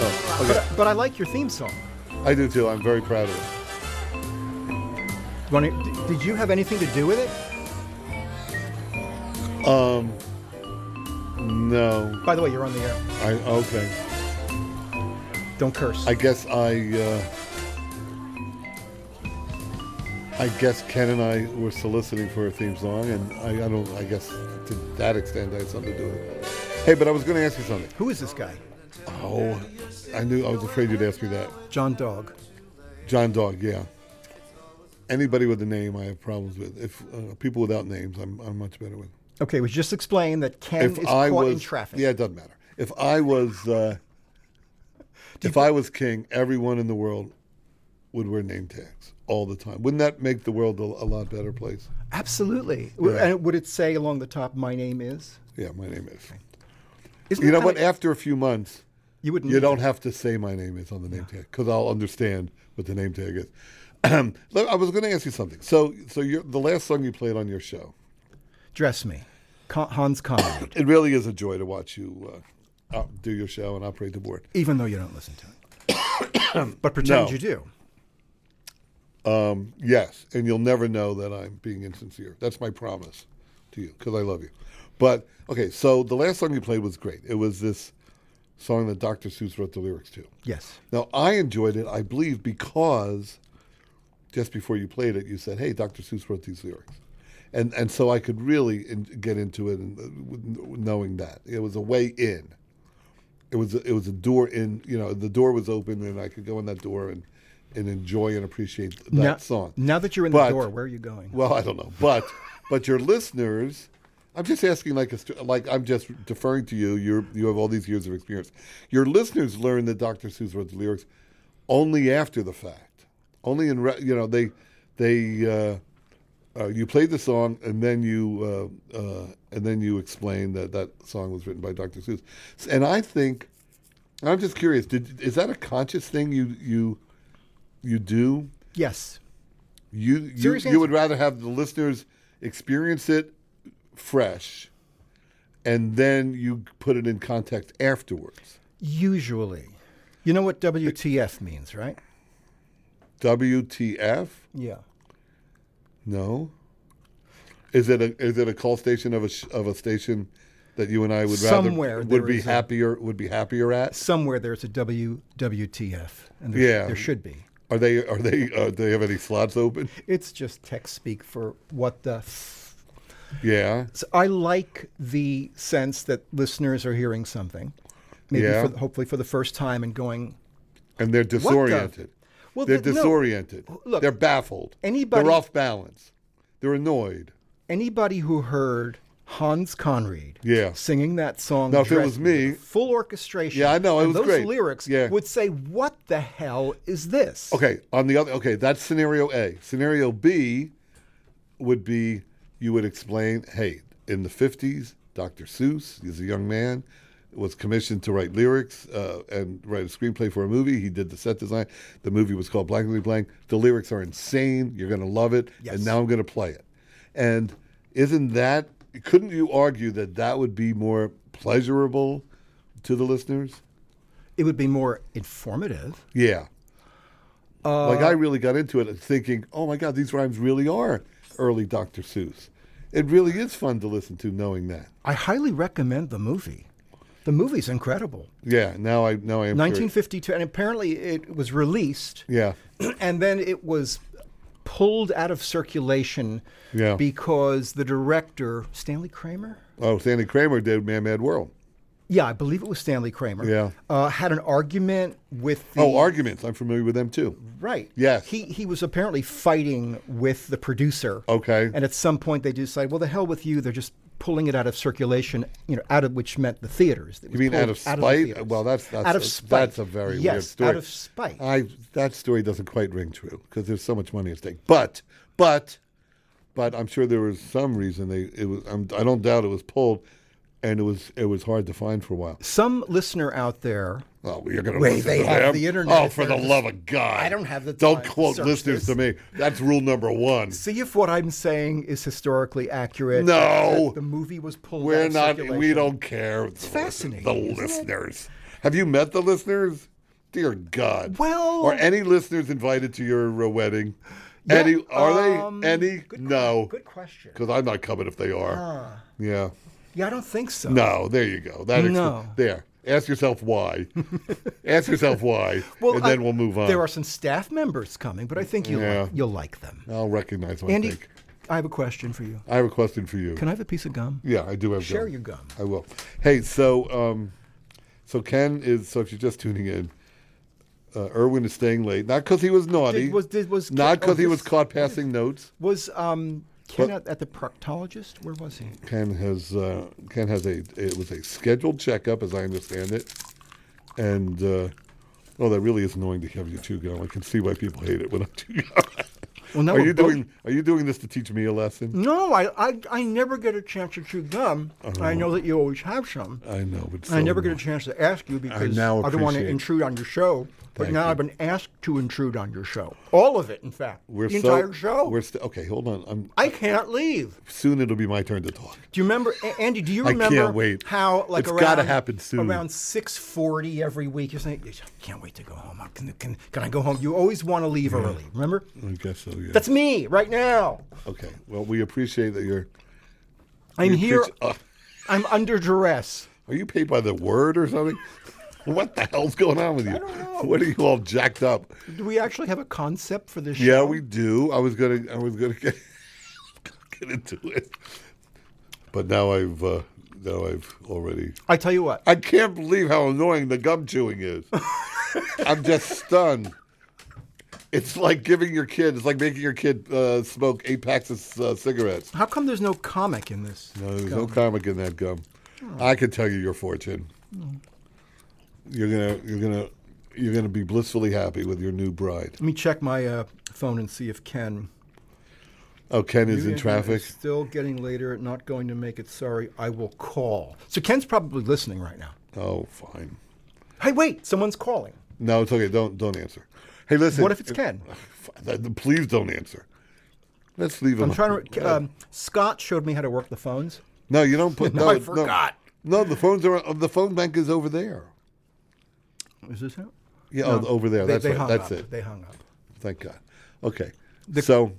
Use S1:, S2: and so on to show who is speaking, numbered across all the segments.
S1: But, but I like your theme song.
S2: Oh, I do too. I'm very proud of it.
S1: Wanna- d- did you have anything to do with it?
S2: No,
S1: By the way, you're on the air.
S2: I okay.
S1: Don't curse.
S2: I guess I. Uh, I guess Ken and I were soliciting for a theme song, and I, I don't. I guess to that extent, I had something to do with it. Hey, but I was going to ask you something.
S1: Who is this guy?
S2: Oh, I knew. I was afraid you'd ask me that.
S1: John Dog.
S2: John Dog, yeah. Anybody with a name, I have problems with. If uh, people without names, I'm, I'm much better with.
S1: Okay, we just explained that Ken
S2: If
S1: is
S2: I
S1: caught
S2: was
S1: in traffic.
S2: yeah, it doesn't matter. If I was, uh, if I was king, everyone in the world would wear name tags all the time. Wouldn't that make the world a, a lot better place?
S1: Absolutely. W
S2: Yeah.
S1: And would it say along the top, my name is?
S2: Yeah, my name is.
S1: Isn't
S2: You
S1: that
S2: know what?
S1: kinda- Mm.
S2: After a few months,
S1: you wouldn't
S2: you
S1: need
S2: don't
S1: that.
S2: have to say my name is on the name tag because I'll understand what the name tag is. Look, I was going to ask you something. So, so your, the last song you played on your show,
S1: Dress me. Con- Hans Conrad.
S2: it really is a joy to watch you uh, out- do your show and operate the board.
S1: even though you don't listen to it. but pretend
S2: No.
S1: you do.
S2: Yes, and you'll never know that I'm being insincere. That's my promise to you because I love you. But okay, so the last song you played was great. It was this song that Dr. Seuss wrote the lyrics to.
S1: Yes.
S2: Now I enjoyed it, I believe, because just before you played it, you said, "Hey, Dr. Seuss wrote these lyrics," and and so I could really in, get into it, and uh, with- knowing that it was a way in. It was a, it was a door in. You know, the door was open, and I could go in that door and and enjoy and appreciate that
S1: now,
S2: song.
S1: Now that you're in
S2: But-
S1: the door, where are you going?
S2: Well, I don't know, but but your listeners, I'm just asking like a, str- like I'm just deferring to you. You you have all these years of experience. Your listeners learn that Dr. Seuss wrote the lyrics only after the fact, only in re, you know they they uh, uh, you played the song and then you uh, uh, and then you explained that that song was written by Dr. Seuss, and I think. I'm just curious. Did is that a conscious thing you you you do?
S1: yes.
S2: You you,
S1: Serious
S2: you would
S1: answer.
S2: rather have the listeners experience it fresh, and then you put it in context afterwards.
S1: Usually. You know what WTF means, right?
S2: WTF?
S1: Yeah.
S2: No. Is it a is it a call station of a sh- of a station that you and I would rather
S1: Somewhere there
S2: would be
S1: is a-
S2: happier would be happier at?
S1: Somewhere there's a WWTF, and there,
S2: Yeah.
S1: there should be.
S2: Are they are they uh, do they have any slots open?
S1: It's just tech speak for what the. F-
S2: Yeah.
S1: So I like the sense that listeners are hearing something, maybe
S2: Yeah.
S1: for, hopefully for the first time, and going,
S2: And they're disoriented.
S1: Well,
S2: they're
S1: the- no.
S2: disoriented.
S1: Look,
S2: they're baffled.
S1: anybody-
S2: they're off balance. They're annoyed.
S1: anybody who heard Hans Conried
S2: Yeah.
S1: singing that song.
S2: Now, if it
S1: Dress
S2: was me-
S1: with full orchestration.
S2: Yeah, I know, it
S1: and
S2: was
S1: those
S2: great.
S1: lyrics
S2: Yeah.
S1: would say, "What the hell is this?"
S2: Okay, on the other, okay, that's scenario A. Scenario B would be you would explain, hey, in the 50s, Dr. Seuss, he's a young man, was commissioned to write lyrics uh, and write a screenplay for a movie. He did the set design. The movie was called Blankly Blank. The lyrics are insane. You're going to love it.
S1: Yes.
S2: And now I'm going to play it. And isn't that, couldn't you argue that that would be more pleasurable to the listeners?
S1: It would be more informative.
S2: Yeah. like I really got into it and thinking, oh my God, these rhymes really are early Dr. Seuss. It really is fun to listen to knowing that.
S1: I highly recommend the movie. The movie's incredible.
S2: Yeah, now I now I am curious.
S1: 1952, and apparently it was released,
S2: Yeah.
S1: and then it was pulled out of circulation
S2: Yeah.
S1: because the director Stanley Kramer.
S2: Oh, Sandy Kramer did Man Mad World.
S1: Yeah, I believe it was Stanley Kramer.
S2: Yeah.
S1: uh, had an argument with the
S2: Oh, arguments. I'm familiar with them too.
S1: Right.
S2: Yes.
S1: He he was apparently fighting with the producer.
S2: Okay.
S1: And at some point they decide, well, the hell with you. They're just pulling it out of circulation. You know, out of which meant the theaters. It was
S2: mean out
S1: pulled
S2: of
S1: the
S2: spite?
S1: theaters.
S2: Well, that's- that's
S1: out of
S2: a-
S1: spite.
S2: that's a very
S1: yes,
S2: weird story.
S1: out of spite.
S2: I that story doesn't quite ring true because there's so much money at stake. But but but I'm sure there was some reason they it was I'm, I don't doubt it was pulled and it was it was hard to find for a while.
S1: some listener out there.
S2: Oh, well, you're going to
S1: Wait,
S2: listen
S1: they
S2: to
S1: have
S2: them?
S1: the internet
S2: Oh, for
S1: there
S2: the
S1: to-
S2: love of God!
S1: I don't have the
S2: Don't
S1: time to
S2: quote
S1: search
S2: listeners
S1: this.
S2: to me. That's rule number one.
S1: See if what I'm saying is historically accurate.
S2: No.
S1: that The movie was pulled. out
S2: We're
S1: of
S2: not.
S1: Circulation.
S2: We don't care. It's
S1: fascinating,
S2: The
S1: isn't it?
S2: listeners. Have you met the listeners? Dear God.
S1: Well-
S2: are any listeners invited to your uh, wedding?
S1: Yeah,
S2: any? Are
S1: um,
S2: they? Any?
S1: good que-
S2: No.
S1: Good question.
S2: Because I'm not coming if they are. Yeah.
S1: Yeah, I don't think so.
S2: No. There you go. That. expl-
S1: No.
S2: There. Ask yourself why. Ask yourself why, and
S1: I-
S2: then we'll move on.
S1: There are some staff members coming, but I think you'll
S2: Yeah.
S1: like, you'll like them.
S2: I'll recognize what I
S1: Andy,
S2: think.
S1: I have a question for you.
S2: I have a question for you.
S1: Can I have a piece of gum?
S2: yeah, I do have.
S1: Share
S2: gum.
S1: your gum.
S2: I will. Hey, so um, so Ken is. So if you're just tuning in, uh, Irwin is staying late, not because he was naughty,
S1: Did- was- did- was-
S2: not
S1: oh,
S2: because he
S1: this-
S2: was caught passing notes.
S1: Was um, Ken
S2: Well-
S1: at, at the proctologist? Where was he?
S2: Ken has uh, Ken has a it was a scheduled checkup, as I understand it, and uh, oh, that really is annoying to have you chew gum. I can see why people hate it when I chew gum.
S1: Well, now
S2: are
S1: we're
S2: you
S1: both-
S2: doing Are you doing this to teach me a lesson?
S1: No, I, I I never get a chance to chew gum.
S2: Uh-huh.
S1: I know that you always have some.
S2: I know, but it's
S1: I
S2: so
S1: never get a
S2: annoying.
S1: chance to ask you because
S2: now
S1: I don't want to
S2: appreciate-
S1: intrude on your show. But
S2: Thank
S1: now
S2: you.
S1: I've been asked to intrude on your show. All of it, in fact.
S2: We're
S1: the
S2: so,
S1: entire show.
S2: We're st- okay. Hold on. I'm,
S1: I can't leave.
S2: soon it'll be my turn to talk.
S1: Do you remember, A- Andy? Do you
S2: I can't
S1: remember
S2: wait.
S1: how like
S2: It's
S1: around
S2: gotta happen soon.
S1: around six forty every week? You're saying, I can't wait to go home. I Can, can, can I go home? You always want to leave early. Remember?
S2: I guess so. Yeah.
S1: That's me right now.
S2: okay. Well, we appreciate that you're.
S1: I'm
S2: we
S1: here.
S2: appreci- Ugh.
S1: I'm under duress.
S2: Are you paid by the word or something? what the hell's going on with you?
S1: don't know.
S2: What are you all jacked up?
S1: Do we actually have a concept for this?
S2: Yeah,
S1: show?
S2: we do. I was gonna. I was gonna get get into it, but now I've uh, now I've already.
S1: I tell you what.
S2: I can't believe how annoying the gum chewing is. I'm just stunned. It's like giving your kid. It's like making your kid uh, smoke eight packs of uh, cigarettes.
S1: How come there's no comic in this?
S2: No, there's no comic in that gum.
S1: Oh.
S2: I can tell you your fortune. You're gonna, you're gonna, you're gonna be blissfully happy with your new bride.
S1: Let me check my uh, phone and see if Ken
S2: Oh, Ken is
S1: New
S2: in
S1: England
S2: traffic.
S1: is Still getting later. Not going to make it. Sorry, I will call. So Ken's probably listening right now.
S2: Oh, fine.
S1: Hey, wait! Someone's calling.
S2: No, it's okay. Don't, don't answer. Hey, listen.
S1: What if it's Ken?
S2: Please don't answer. Let's leave him.
S1: I'm trying to. Um, Scott showed me how to work the phones.
S2: No, you don't put.
S1: No,
S2: No,
S1: I
S2: no.
S1: forgot.
S2: No, the phones are. uh, The phone bank is over there.
S1: Is this it?
S2: Yeah, oh, over there.
S1: They,
S2: that's
S1: they
S2: right.
S1: hung
S2: That's
S1: up.
S2: it.
S1: They hung up.
S2: Thank God. Okay. so,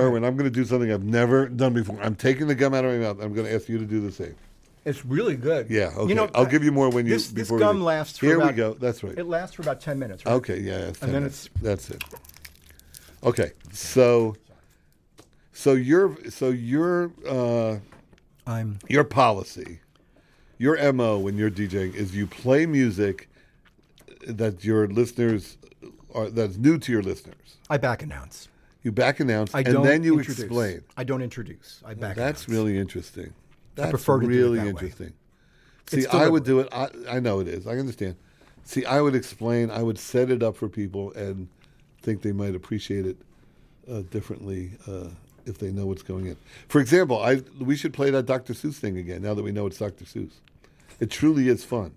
S2: Erwin, I'm going to do something I've never done before. I'm taking the gum out of my mouth. I'm going to ask you to do the same.
S1: It's really good.
S2: Yeah. Okay.
S1: You know,
S2: I'll give you more when you.
S1: this, this
S2: before we
S1: gum
S2: leave.
S1: lasts. For
S2: Here we
S1: about-
S2: go. Um, That's right.
S1: It lasts for about ten minutes. Right?
S2: Okay, yeah, that's
S1: And
S2: 10
S1: then
S2: minutes. that's it. Okay, so so your so your uh,
S1: I'm.
S2: your policy, your mo when you're DJing is you play music that your listeners are that's new to your listeners.
S1: I back announce.
S2: You back announce
S1: I
S2: and
S1: don't
S2: then you
S1: introduce.
S2: explain.
S1: I don't introduce. I back.
S2: That's
S1: announce.
S2: really interesting. That's
S1: prefer to do it
S2: really
S1: that way.
S2: interesting. See,
S1: It's
S2: I would do it. I, I know it is. I understand. See, I would explain. I would set it up for people and think they might appreciate it uh, differently uh, if they know what's going in. For example, I we should play that Dr. Seuss thing again. Now that we know it's Dr. Seuss, it truly is fun.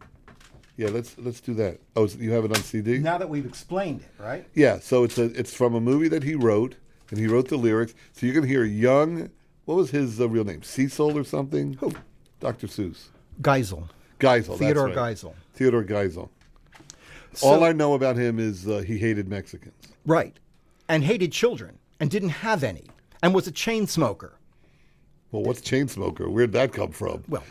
S2: Yeah, let's let's do that. Oh, so you have it on CD?
S1: Now that we've explained it, right?
S2: Yeah, so it's a it's from a movie that he wrote, and he wrote the lyrics. So you can hear young. What was his uh, real name? Cecil or something? Who? Dr. Seuss.
S1: Geisel.
S2: Geisel.
S1: Theodore
S2: that's
S1: Geisel.
S2: right. Theodore Geisel. All I know about him is uh, he hated Mexicans.
S1: Right. And hated children and didn't have any and was a chain smoker.
S2: Well, what's chain smoker? Where'd that come from?
S1: Well,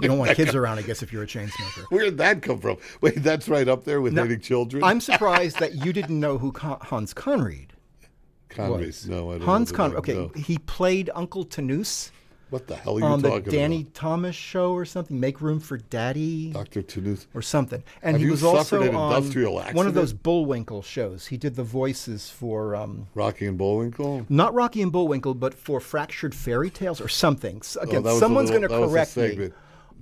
S1: you don't want kids around, I guess, if you're a chain smoker.
S2: Where'd that come from? Wait, that's right up there with
S1: Now,
S2: hating children.
S1: I'm surprised that you didn't know who Con- Hans Conried
S2: Conrad.
S1: was.
S2: No, I don't
S1: Hans
S2: know
S1: Conried.
S2: the
S1: Okay,
S2: name, no.
S1: he played Uncle Tanous
S2: What the hell are you
S1: on the
S2: talking
S1: Danny
S2: about?
S1: Thomas show or something. Make room for Daddy.
S2: Dr. Tanous.
S1: or something. And
S2: Have
S1: he
S2: you
S1: was
S2: suffered
S1: also
S2: an
S1: on
S2: industrial
S1: one of those
S2: accident?
S1: Bullwinkle shows. He did the voices for um,
S2: Rocky and Bullwinkle?
S1: not Rocky and Bullwinkle, but for Fractured Fairy Tales or something. S- Again,
S2: Oh, that was a
S1: someone's going
S2: little-
S1: to
S2: that was a
S1: correct me
S2: segment.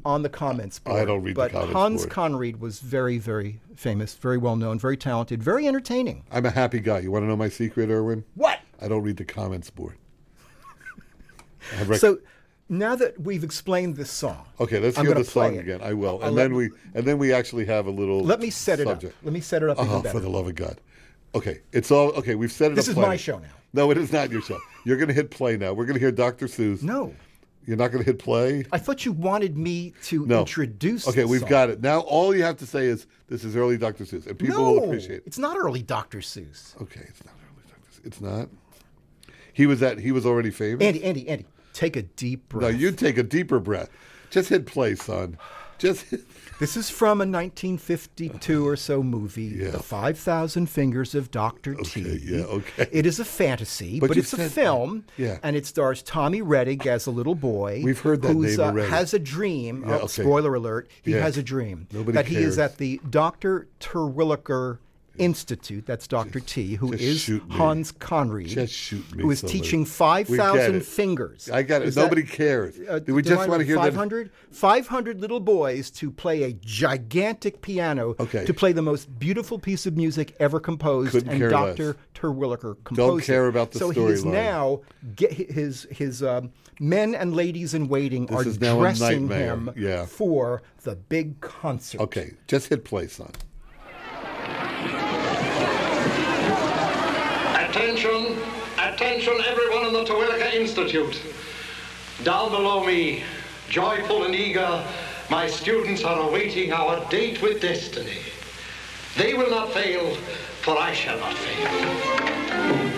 S1: on the comments board.
S2: don't read the
S1: but
S2: comments
S1: Hans
S2: board.
S1: Conried was very, very famous, very well known, very talented, very entertaining.
S2: I'm a happy guy. You want to know my secret, Erwin?
S1: What?
S2: I don't read the comments board. I rec-
S1: So now that we've explained this song,
S2: okay, let's
S1: I'm
S2: hear
S1: gonna
S2: the song
S1: play it.
S2: again. I will, and
S1: let
S2: then we and then we actually have a little.
S1: Let me set it
S2: subject.
S1: up. Let me set it up even
S2: Oh,
S1: better.
S2: for the love of God! Okay, it's all okay. We've set it
S1: This
S2: up.
S1: is
S2: plenty.
S1: my show now.
S2: No, it is not your show. You're going to hit play now. We're going to hear Dr. Seuss.
S1: no.
S2: You're not going to hit play?
S1: I thought you wanted me to
S2: No.
S1: introduce.
S2: Okay,
S1: the
S2: we've
S1: song.
S2: got it. Now all you have to say is this is early Dr. Seuss, and people
S1: no,
S2: will appreciate it.
S1: It's not early Dr. Seuss.
S2: Okay, it's not early Dr. Seuss. It's not. He was at. He was already famous.
S1: Andy, Andy, Andy, take a deep
S2: now
S1: breath.
S2: you take a deeper breath. Just hit play, son. Just. Hit.
S1: This is from a 1952 or so movie, The 5,000 Fingers of Dr.
S2: Okay,
S1: T.
S2: yeah, okay.
S1: It is a fantasy,
S2: But
S1: but,
S2: you
S1: it's a
S2: said-
S1: film,
S2: yeah.
S1: and it stars Tommy Redding as a little boy.
S2: We've heard that
S1: who's, uh,
S2: name already.
S1: has a dream.
S2: Yeah,
S1: oh,
S2: okay.
S1: Spoiler alert, he
S2: Yeah.
S1: has a dream
S2: Nobody
S1: that he
S2: cares.
S1: is at the Dr. Terwilliger Institute, that's Dr. T, who
S2: just
S1: is
S2: shoot me.
S1: Hans Conried,
S2: Just shoot me,
S1: who is
S2: somebody.
S1: teaching
S2: We get it.
S1: 5,000 fingers.
S2: I got it.
S1: Is that-
S2: Nobody cares.
S1: uh,
S2: Do we
S1: do
S2: just
S1: I-
S2: want to hear that?
S1: 500, 500 little boys to play a gigantic piano
S2: Okay.
S1: to play the most beautiful piece of music ever composed
S2: Couldn't
S1: and
S2: care less.
S1: Dr. Terwilliger composed it.
S2: care about the
S1: So he is
S2: storyline.
S1: now get his his um, men and ladies in waiting are
S2: is now a
S1: dressing
S2: nightmare.
S1: him
S2: Yeah.
S1: for the big concert.
S2: Okay, just hit play, son.
S3: Attention, attention everyone in the Terwilliger Institute. Down below me, joyful and eager, my students are awaiting our date with destiny. They will not fail, for I shall not fail.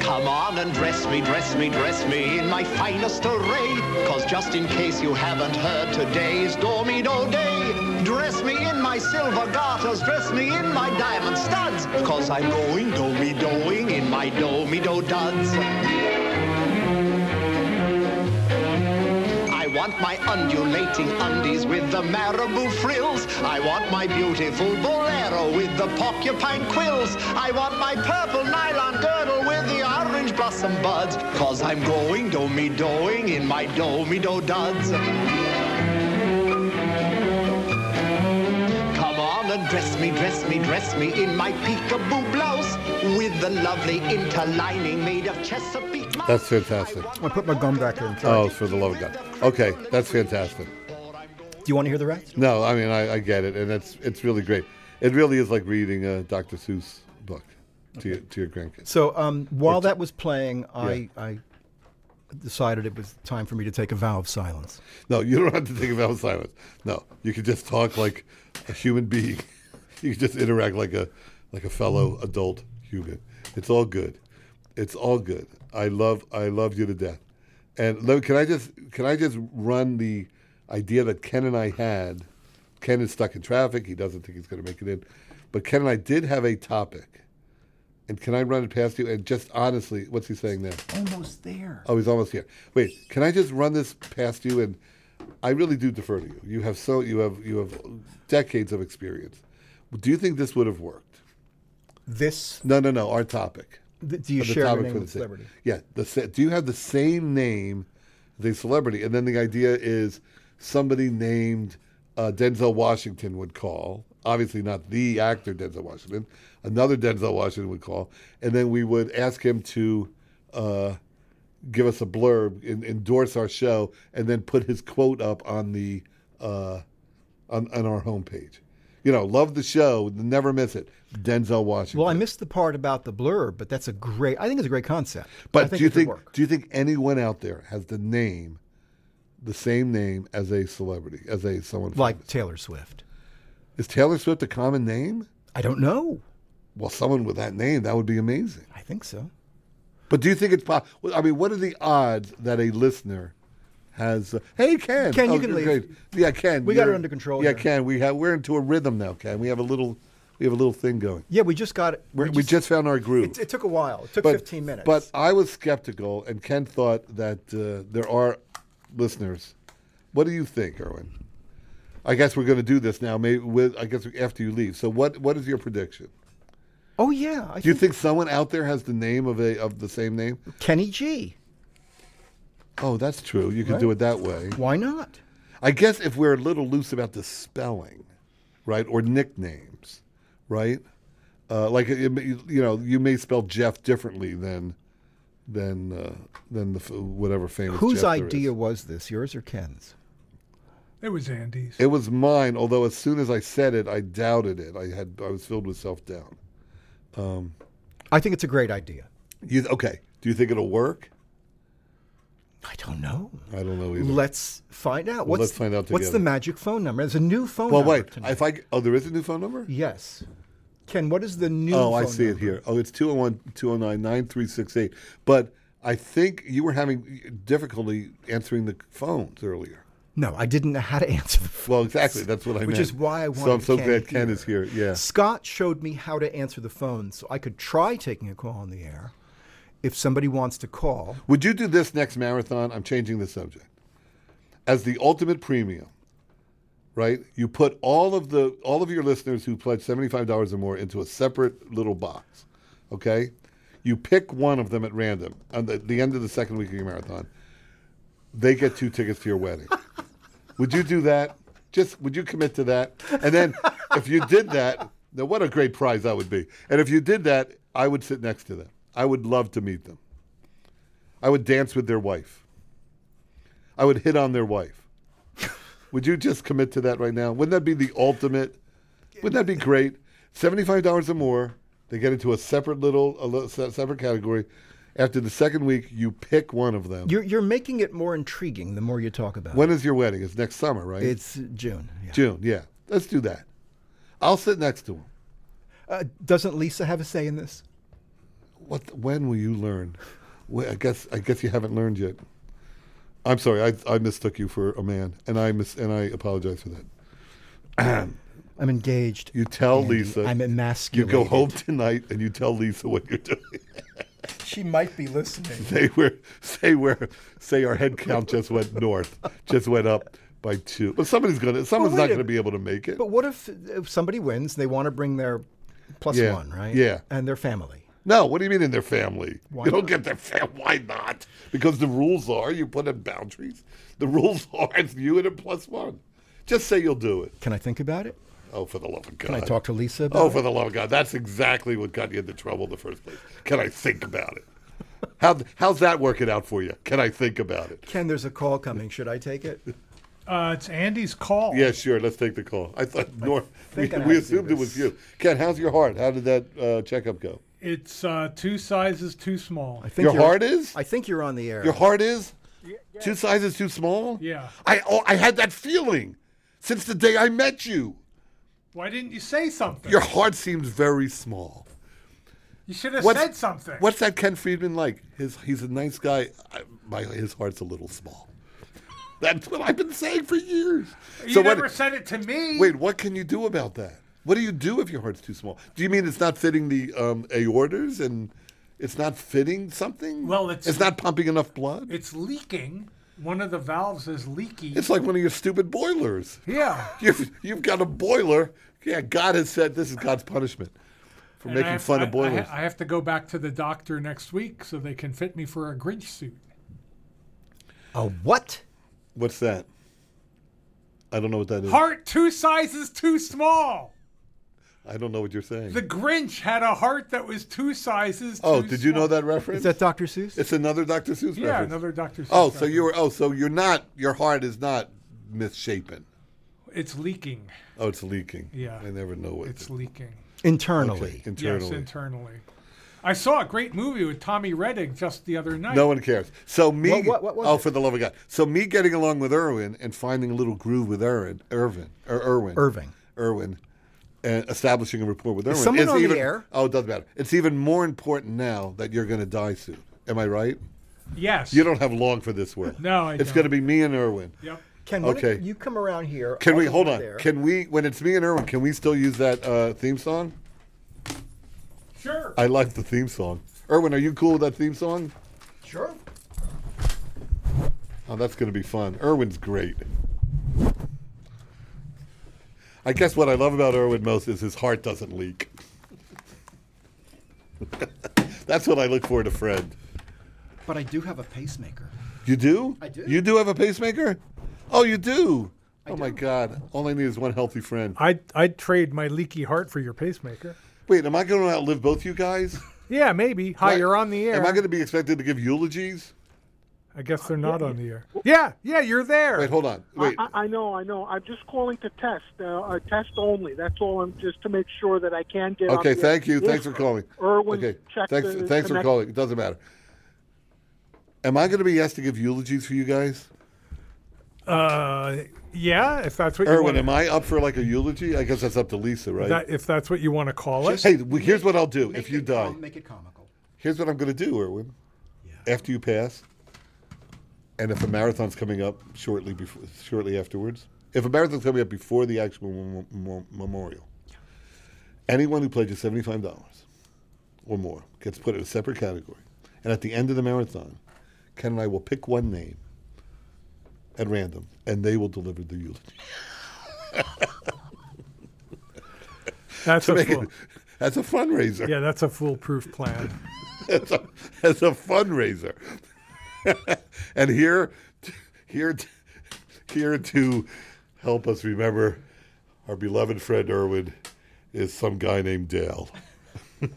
S4: Come on and dress me, dress me, dress me in my finest array. Cause just in case you haven't heard, today's Dormido Day. Dress me in my silver garters, dress me in my diamond studs. Cause I'm going Dormidoing in my Dormido duds. I want my undulating undies with the marabou frills. I want my beautiful bolero with the porcupine quills. I want my purple nylon girdle with the orange blossom buds. Cause I'm going do me doing in my do me do duds. Come on and dress me, dress me, dress me in my peekaboo blouse with the lovely interlining made of Chesapeake mouse.
S2: That's fantastic.
S1: I put my gum back in. Sorry.
S2: Oh, for the love of God. Okay, that's fantastic.
S1: Do you want to hear the rest?
S2: No, I mean I, I get it, and it's it's really great. It really is like reading a Dr. Seuss book to your, to your grandkids.
S1: So um, while that was playing, I, I decided it was time for me to take a vow of silence.
S2: No, you don't have to think about silence. No, you can just talk like a human being. You can just interact like a like a fellow adult human. It's all good. It's all good. I love I love you to death. And let- can I just can I just run the idea that Ken and I had? Ken is stuck in traffic. He doesn't think he's going to make it in. But Ken and I did have a topic. And can I run it past you? And just honestly, what's he saying there?
S1: Almost there.
S2: Oh, he's almost here. Wait, can I just run this past you? And I really do defer to you. You have so you have you have decades of experience. Do you think this would have worked?
S1: This
S2: No, no, no. Our topic.
S1: Th- do you
S2: The
S1: share your
S2: topic
S1: name
S2: for
S1: with
S2: the sa-
S1: celebrity?
S2: Yeah. The sa- do you have the same name as a celebrity? And then the idea is somebody named uh, Denzel Washington would call. Obviously, not the actor Denzel Washington. Another Denzel Washington would call, and then we would ask him to uh, give us a blurb, and, endorse our show, and then put his quote up on the uh, on, on our homepage. You know, love the show, never miss it. Denzel Washington.
S1: Well, I missed the part about the blurb, but that's a great. I think it's a great concept. I
S2: But do you
S1: it could
S2: think
S1: work.
S2: do you think anyone out there has the name, the same name as a celebrity, as a someone
S1: like
S2: famous?
S1: Taylor Swift?
S2: is Taylor Swift a common name?
S1: I don't know.
S2: Well, someone with that name that would be amazing.
S1: I think so.
S2: But do you think it's possible? I mean, what are the odds that a listener has? Uh, hey, Ken.
S1: Ken, you can leave.
S2: Yeah, Ken.
S1: We got it
S2: you're-
S1: under control
S2: Yeah,
S1: here.
S2: Ken. We have we're into a rhythm now, Ken. We have a little we have a little thing going.
S1: Yeah, we just got it.
S2: We're, we just found our groove.
S1: it, it took a while. It took
S2: but,
S1: 15 minutes.
S2: But I was skeptical, and Ken thought that uh, there are listeners. What do you think, Erwin? I guess we're going to do this now. Maybe with I guess after you leave. So what what is your prediction?
S1: oh yeah, I
S2: Do you think someone out there has the name of a of the same name?
S1: Kenny G.
S2: Oh, that's true. You could do it that way.
S1: Why not?
S2: I guess if we're a little loose about the spelling, right, or nicknames, right? Uh, like it, may- you know, you may spell Jeff differently than than uh, than the f- whatever famous
S1: Whose
S2: Jeff there is.
S1: idea was this? Yours or Ken's?
S5: It was Andy's.
S2: It was mine, although as soon as I said it, I doubted it. I had I was filled with self doubt.
S1: I think it's a great idea.
S2: You okay? Do you think it'll work?
S1: I don't know.
S2: I don't know either.
S1: Let's find out. What's,
S2: let's find out
S1: What's the
S2: together.
S1: magic phone number? There's a new phone
S2: well,
S1: number.
S2: wait.
S1: tonight.
S2: If I oh, there is a new phone number.
S1: Yes. Ken, what is the new
S2: Oh, I
S1: phone
S2: see it
S1: number?
S2: here. Oh, it's 201 209 9368. But I think you were having difficulty answering the phones earlier.
S1: No, I didn't know how to answer the phone.
S2: Well, exactly. That's what I meant.
S1: Which is why I
S2: So
S1: wanted
S2: I'm so
S1: Ken
S2: glad Ken is here. Yeah.
S1: Scott showed me how to answer the phone so I could try taking a call on the air. If somebody wants to call,
S2: Would you do this next marathon? I'm changing the subject. As the ultimate premium, right? You put all of the all of your listeners who pledge $75 or more into a separate little box. Okay? You pick one of them at random on the, the end of the second week of your marathon. They get two tickets to your wedding. would you do that? Just would you commit to that? And then if you did that, now what a great prize that would be. And if you did that, I would sit next to them. I would love to meet them. I would dance with their wife. I would hit on their wife. would you just commit to that right now? Wouldn't that be the ultimate? Wouldn't that be great? Seventy-five dollars or more. They get into a separate little, a little se- separate category. After the second week, you pick one of them.
S1: you're, you're making it more intriguing the more you talk about
S2: when
S1: it.
S2: is your wedding? It's next summer, right?
S1: It's June. yeah.
S2: June. Yeah, let's do that. I'll sit next to him.
S1: Uh, doesn't Lisa have a say in this?
S2: What? When will you learn? Well, I guess I guess you haven't learned yet. I'm sorry. I, I mistook you for a man, and I mis- and I apologize for that.
S1: I'm engaged.
S2: You tell
S1: Andy.
S2: Lisa.
S1: I'm
S2: You
S1: emasculated.
S2: go home tonight and you tell Lisa what you're doing.
S1: She might be listening.
S2: Say where, say where, say our head count just went north, just went up by two. But somebody's gonna, someone's
S1: wait
S2: not
S1: a
S2: gonna
S1: minute.
S2: be able to make it.
S1: But what if, if somebody wins? They want to bring their plus
S2: Yeah,
S1: one, right?
S2: yeah.
S1: And their family.
S2: No, what do you mean in their family?
S1: Why
S2: you don't
S1: not?
S2: get their fam. Why not? Because the rules are you put in boundaries. The rules are it's you and a plus one. Just say you'll do it.
S1: Can I think about it?
S2: Oh, for the love of God!
S1: Can I talk to Lisa about
S2: Oh,
S1: it?
S2: for the love of God! That's exactly what got you into trouble in the first place. Can I think about it? How, how's that working out for you? Can I think about it?
S1: Ken, there's a call coming. Should I take it?
S5: Uh, it's Andy's call.
S2: Yeah, sure. Let's take the call. I thought Nor, we,
S1: think I have
S2: we
S1: to
S2: assumed
S1: do
S2: it was
S1: this.
S2: you. Ken, how's your heart? How did that uh, checkup go?
S5: It's uh, two sizes too small.
S1: I think
S2: Your
S1: you're-
S2: heart is?
S1: I think you're on the air.
S2: Your heart is two sizes too small.
S5: Yeah.
S2: I oh, I had that feeling since the day I met you.
S5: Why didn't you say something?
S2: Your heart seems very small.
S5: you should have
S2: What's-
S5: said something.
S2: What's that Ken Friedman like? His he's a nice guy. I, my his heart's a little small. That's what I've been saying for years.
S5: you
S2: so
S5: never
S2: what?
S5: said it to me.
S2: Wait, what can you do about that? What do you do if your heart's too small? Do you mean it's not fitting the um, aortas and it's not fitting something?
S5: Well, it's-
S2: it's not pumping enough blood.
S5: It's leaking. One of the valves is leaky.
S2: It's like one of your stupid boilers.
S5: yeah.
S2: You've, you've got a boiler. Yeah, God has said this is God's punishment for
S5: And I
S2: making
S5: have-
S2: fun
S5: I-
S2: of boilers.
S5: I, I have to go back to the doctor next week so they can fit me for a Grinch suit.
S1: A what?
S2: What's that? I don't know what that is.
S5: Heart two sizes too small.
S2: I don't know what you're saying.
S5: The Grinch had a heart that was two sizes.
S2: oh,
S5: too
S2: did you know
S5: small.
S2: that reference?
S1: Is that Dr. Seuss?
S2: it's another Dr. Seuss
S5: Yeah,
S2: reference.
S5: another Dr. Seuss
S2: Oh, so
S5: reference.
S2: you were. Oh, so you're not. Your heart is not misshapen.
S5: It's leaking.
S2: Oh, it's leaking.
S5: Yeah.
S2: I never know what
S5: It's leaking.
S1: Internally.
S2: internally.
S5: Yes, internally. I saw a great movie with Tommy Redding just the other night.
S2: No one cares. So me,
S1: What- what- what was
S2: oh,
S1: it?
S2: for the love of God! So me getting along with Irwin and finding a little groove with Irwin, Irvin, or Irwin,
S1: Irving.
S2: Irwin, and establishing a rapport with Irwin.
S1: someone
S2: is
S1: on the
S2: even-
S1: air?
S2: Oh, it doesn't matter. It's even more important now that you're going to die soon. Am I right?
S5: Yes.
S2: You don't have long for this world.
S5: No, I
S2: it's
S5: don't.
S2: going to be me and Irwin.
S5: Yep.
S1: Ken, why
S2: Okay.
S1: don't you come around here.
S2: Can
S1: I'll
S2: we
S1: go
S2: hold
S1: over
S2: on?
S1: there.
S2: Can we, when it's me and Irwin, can we still use that uh, theme song?
S5: Sure.
S2: I like the theme song. Irwin, are you cool with that theme song?
S1: Sure.
S2: Oh, that's going to be fun. Irwin's great. I guess what I love about Irwin most is his heart doesn't leak. that's what I look for in a friend.
S1: But I do have a pacemaker.
S2: You do?
S1: I do.
S2: You do have a pacemaker? Oh, you do? oh, my God. All I need is one healthy friend.
S5: I'd, I'd trade my leaky heart for your pacemaker.
S2: Wait, am I going to outlive both you guys?
S5: Yeah, maybe. Hi,
S2: Right.
S5: you're on the air.
S2: Am I going to be expected to give eulogies?
S5: I guess they're not on the air. Yeah, yeah, you're there.
S2: Wait, hold on. Wait.
S6: I, I know, I know. I'm just calling to test, uh, uh, test only. That's all. I'm just to make sure that I can get. on
S2: Okay,
S6: the-
S2: thank you.
S6: Yes,
S2: Thanks for calling.
S6: Irwin,
S2: okay,
S6: check
S2: thanks.
S6: the
S2: thanks for
S6: connection.
S2: calling. It doesn't matter. Am I going to be asked to give eulogies for you guys,
S5: Uh, yeah, if that's what you
S2: Erwin?
S5: want.
S2: Am I up for like a eulogy? I guess that's up to Lisa, right?
S5: That, if that's what you want to call it.
S2: hey, well, here's what I'll do
S1: Make
S2: if you
S1: it
S2: die.
S1: com- make it comical.
S2: Here's what I'm going to do, Erwin. After you pass, and if a marathon's coming up shortly before, shortly afterwards, if a marathon's coming up before the actual mem- mem- memorial, anyone who pledges seventy-five dollars or more gets put in a separate category, and at the end of the marathon, Ken and I will pick one name at random, and they will deliver the eulogy.
S5: That's a
S2: Make it-
S5: fool.
S2: That's a fundraiser.
S5: Yeah, that's a foolproof plan.
S2: as a, as a fundraiser. and here, here, here to help us remember our beloved friend Irwin is some guy named Dale.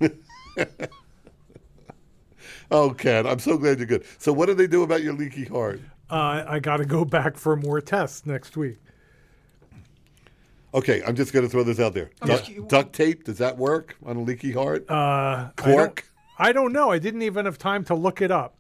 S2: oh, Ken, I'm so glad you're good. So, what do they do about your leaky heart?
S5: Uh, I got to go back for more tests next week.
S2: Okay, I'm just going to throw this out there. Duct- duct tape, does that work on a leaky heart?
S5: Uh, I don't-
S2: Cork?
S5: I don't know. I didn't even have time to look it up.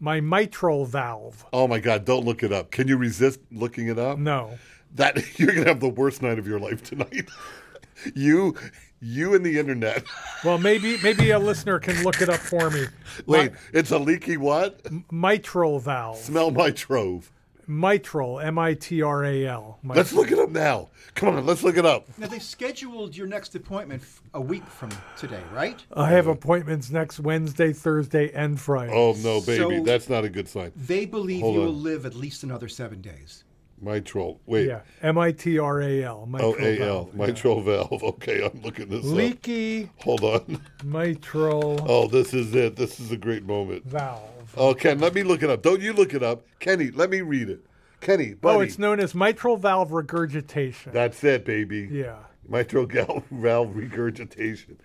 S5: My mitral valve.
S2: Oh my God! Don't look it up. Can you resist looking it up?
S5: No.
S2: that you're gonna have the worst night of your life tonight. you, you and the internet.
S5: Well, maybe maybe a listener can look it up for me.
S2: Wait, it's a leaky what?
S5: Mitral valve.
S2: Smell my trove.
S5: Mitral. M I T R A L. Mitral.
S2: Let's look it up now. Come on, let's look it up.
S1: Now they scheduled your next appointment f- a week from today, right?
S2: Uh,
S5: I have appointments next Wednesday, Thursday, and Friday.
S2: Oh no, baby,
S1: So-
S2: that's not a good sign.
S1: They believe
S2: Hold
S1: you
S2: on.
S1: will live at least another seven days.
S2: My troll. Wait.
S5: Yeah. M I T R A L.
S2: Oh,
S5: Mitral
S2: A L.
S5: valve.
S2: My troll valve. Okay, I'm looking this up.
S5: Leaky
S2: Hold on.
S5: mitral
S2: Oh, this is it. This is a great moment.
S5: valve.
S2: Oh, Ken, let me look it up. Don't you look it up, Kenny? Let me read it. Kenny, buddy.
S5: Oh, it's known as mitral valve regurgitation.
S2: That's it, baby.
S5: yeah.
S2: mitral gal- valve regurgitation.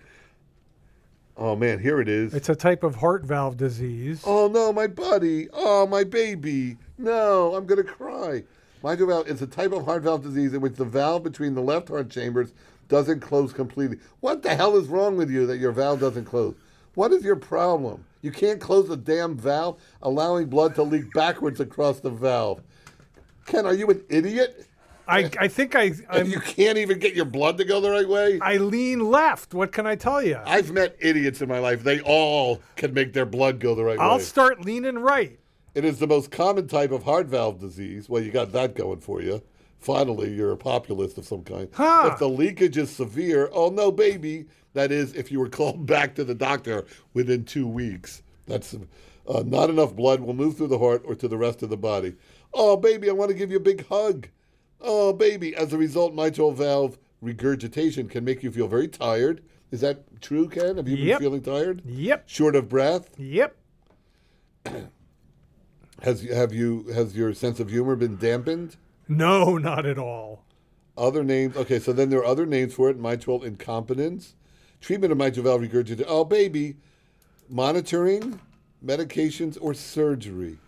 S2: Oh man, here it is.
S5: It's a type of heart valve disease.
S2: oh no, my buddy. Oh my baby. No, I'm gonna cry. Mitral valve is a type of heart valve disease in which the valve between the left heart chambers doesn't close completely. What the hell is wrong with you that your valve doesn't close? What is your problem? You can't close the damn valve, allowing blood to leak backwards across the valve. Ken, are you an idiot?
S5: I, I think I I'm,
S2: you can't even get your blood to go the right way?
S5: I lean left. What can I tell you?
S2: I've met idiots in my life. They all can make their blood go the right
S5: I'll
S2: way.
S5: start leaning right.
S2: it is the most common type of heart valve disease. Well, you got that going for you. Finally, you're a populist of some kind.
S5: Huh.
S2: If the leakage is severe, oh no, baby. That is, if you were called back to the doctor within two weeks. That's uh, not enough blood will move through the heart or to the rest of the body. Oh, baby, I want to give you a big hug. Oh, baby. As a result, mitral valve regurgitation can make you feel very tired. Is that true, Ken? Have you been
S5: Yep.
S2: feeling tired?
S5: Yep.
S2: Short of breath?
S5: Yep.
S2: Has have you has your sense of humor been dampened?
S5: No, not at all.
S2: Other names. Okay, so then there are other names for it. Mitral incompetence, treatment of mitral valve regurgitation. Oh, baby, monitoring, medications, or surgery.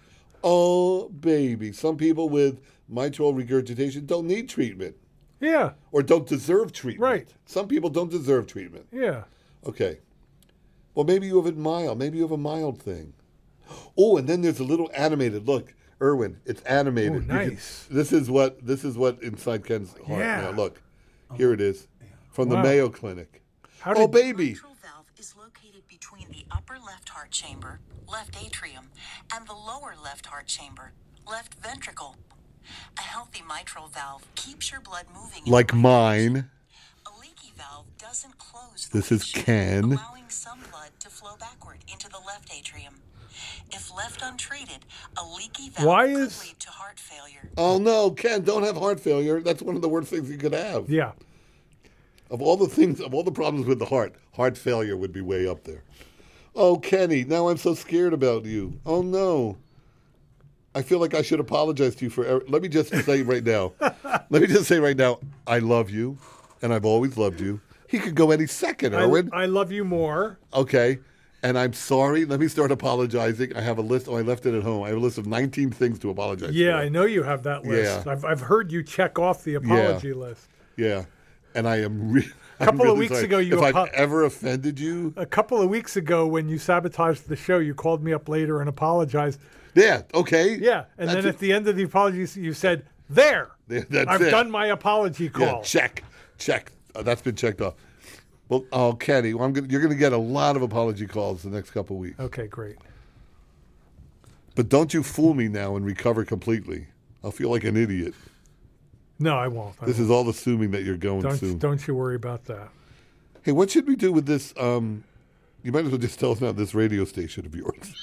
S2: Oh, baby. Some people with mitral regurgitation don't need treatment
S5: Yeah.
S2: or don't deserve treatment.
S5: Right.
S2: Some people don't deserve treatment.
S5: Yeah.
S2: Okay. Well, maybe you have it mild. Maybe you have a mild thing. Oh, and then there's a little animated look, Erwin. It's animated.
S5: Ooh,
S2: You can-
S5: nice.
S2: this is what this is what inside Ken's heart.
S5: Yeah. Oh,
S2: Now look, here it is, from the
S5: Wow.
S2: Mayo Clinic.
S5: How
S2: oh,
S5: did-
S2: baby.
S7: mitral valve is located between the upper left heart chamber, left atrium, and the lower left heart chamber, left ventricle. A healthy mitral valve keeps your blood moving. in the
S2: Like
S7: right
S2: mine.
S7: direction. A leaky valve doesn't close. The
S2: This is
S7: fascia,
S2: Ken.
S7: Allowing some blood to flow backward into the left atrium. If left untreated, a leaky valve
S5: Why
S7: could
S5: is-
S7: lead to heart failure.
S2: Oh no, Ken, don't have heart failure. That's one of the worst things you could have.
S5: Yeah.
S2: Of all the things, of all the problems with the heart, heart failure would be way up there. Oh, Kenny, now I'm so scared about you. Oh, no. I feel like I should apologize to you for. ever- Let me just say right now. let me just say right now, I love you, and I've always loved you. He could go any second,
S5: I,
S2: Erwin.
S5: I love you more.
S2: okay. And I'm sorry. Let me start apologizing. I have a list. Oh, I left it at home. I have a list of 19 things to apologize.
S5: Yeah,
S2: for.
S5: I know you have that list.
S2: Yeah.
S5: I've, I've heard you check off the apology list.
S2: Yeah, and I am. Re- a
S5: Couple of weeks ago, you
S2: if I've
S5: apo-
S2: ever offended you.
S5: A couple of weeks ago, when you sabotaged the show, you called me up later and apologized.
S2: Yeah. Okay.
S5: Yeah, and
S2: That's
S5: then
S2: it.
S5: at the end of the apologies, you said, "There,
S2: Yeah, that's
S5: I've
S2: it.
S5: done my apology
S2: Yeah,
S5: call."
S2: check, check. Uh, that's been checked off. Well, oh, Kenny, well, I'm gonna, you're going to get a lot of apology calls the next couple weeks.
S5: okay, great.
S2: But don't you fool me now and recover completely. I'll feel like an idiot.
S5: No, I won't. I
S2: This is all assuming that you're going
S5: won't.
S2: soon.
S5: don't don't you worry about that.
S2: Hey, what should we do with this? Um, you might as well just tell us now this radio station of yours.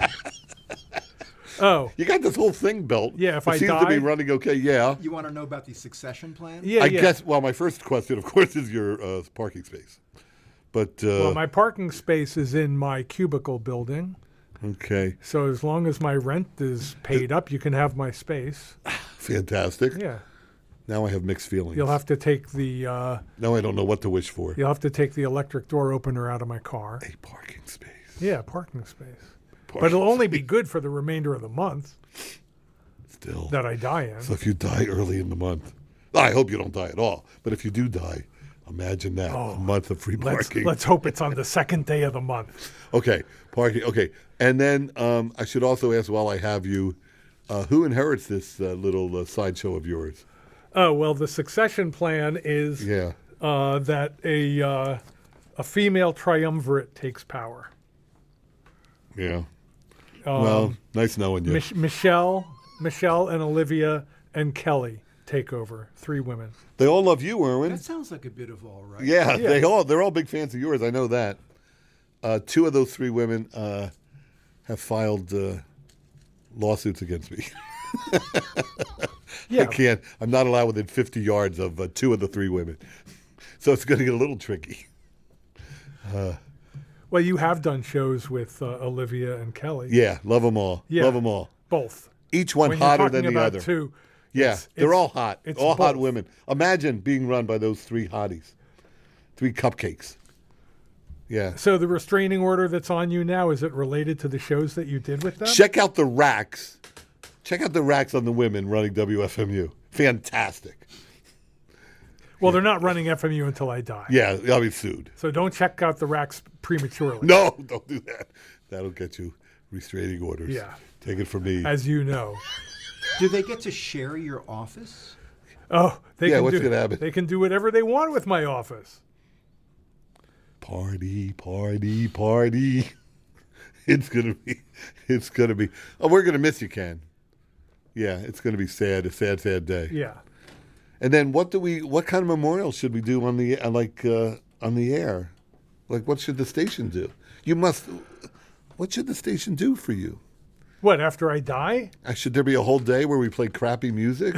S5: Oh,
S2: You got this whole thing built.
S5: Yeah, if
S2: it
S5: I
S2: seems to
S5: die-
S2: be running okay. Yeah.
S1: You want to know about the succession plan?
S5: yeah,
S2: I
S5: yeah.
S2: guess. Well, my first question, of course, is your uh, parking space. But uh,
S5: well, my parking space is in my cubicle building,
S2: okay,
S5: so as long as my rent is paid up, you can have my space.
S2: fantastic.
S5: Yeah,
S2: Now I have mixed feelings.
S5: you'll have to take the uh,
S2: now I don't know what to wish for.
S5: you'll have to take the electric door opener out of my car.
S2: A parking space.
S5: Yeah, parking space.
S2: Parking
S5: But it'll only be good for the remainder of the month
S2: still.
S5: that I die in.
S2: So if you die early in the month, I hope you don't die at all. But if you do die, imagine that a month of free
S5: Oh, Let's,
S2: parking.
S5: let's hope it's on the second day of the month.
S2: Okay, parking. Okay, and then um, I should also ask while I have you, uh, who inherits this uh, little uh, sideshow of yours?
S5: Oh well, the succession plan is
S2: Yeah.
S5: uh, that a uh, a female triumvirate takes power.
S2: Yeah. well, nice knowing you.
S5: Um, Mich- Michelle, Michelle, and Olivia and Kelly take over. Three women.
S2: they all love you, Erwin.
S1: That sounds like a bit of all right.
S2: Yeah, they all they're all big fans of yours. I know that. Uh, two of those three women uh, have filed uh, lawsuits against me. I
S5: Yeah,
S2: can't. I'm not allowed within 50 yards of uh, two of the three women, so it's going to get a little tricky.
S5: Well, you have done shows with uh, Olivia and Kelly.
S2: Yeah, love them all.
S5: Yeah.
S2: Love them all.
S5: both.
S2: Each one
S5: When
S2: hotter
S5: you're talking
S2: than the
S5: about
S2: other.
S5: two,
S2: yeah,
S5: it's-
S2: they're
S5: it's-
S2: all hot.
S5: it's
S2: all hot
S5: both.
S2: women. Imagine being run by those three hotties, three cupcakes. Yeah.
S5: So the restraining order that's on you now is it related to the shows that you did with them?
S2: Check out the racks. Check out the racks on the women running WFMU. Fantastic.
S5: Well, they're not running FMU until I die.
S2: Yeah, I'll be sued.
S5: So don't check out the racks prematurely.
S2: No, don't do that. That'll get you restraining orders.
S5: Yeah.
S2: Take it from me.
S5: As you know.
S1: Do they get to share your office?
S5: Oh, they
S2: Yeah,
S5: can
S2: what's
S5: do,
S2: gonna happen?
S5: They can do whatever they want with my office.
S2: party, party, party. It's gonna be, it's gonna be. Oh, we're gonna miss you, Ken. Yeah, it's gonna be sad, a sad, sad day.
S5: Yeah.
S2: And then, what do we? What kind of memorial should we do on the uh, like uh, on the air? Like, what should the station do? You must. What should the station do for you?
S5: What, after I die?
S2: Uh, should there be a whole day where we play crappy music?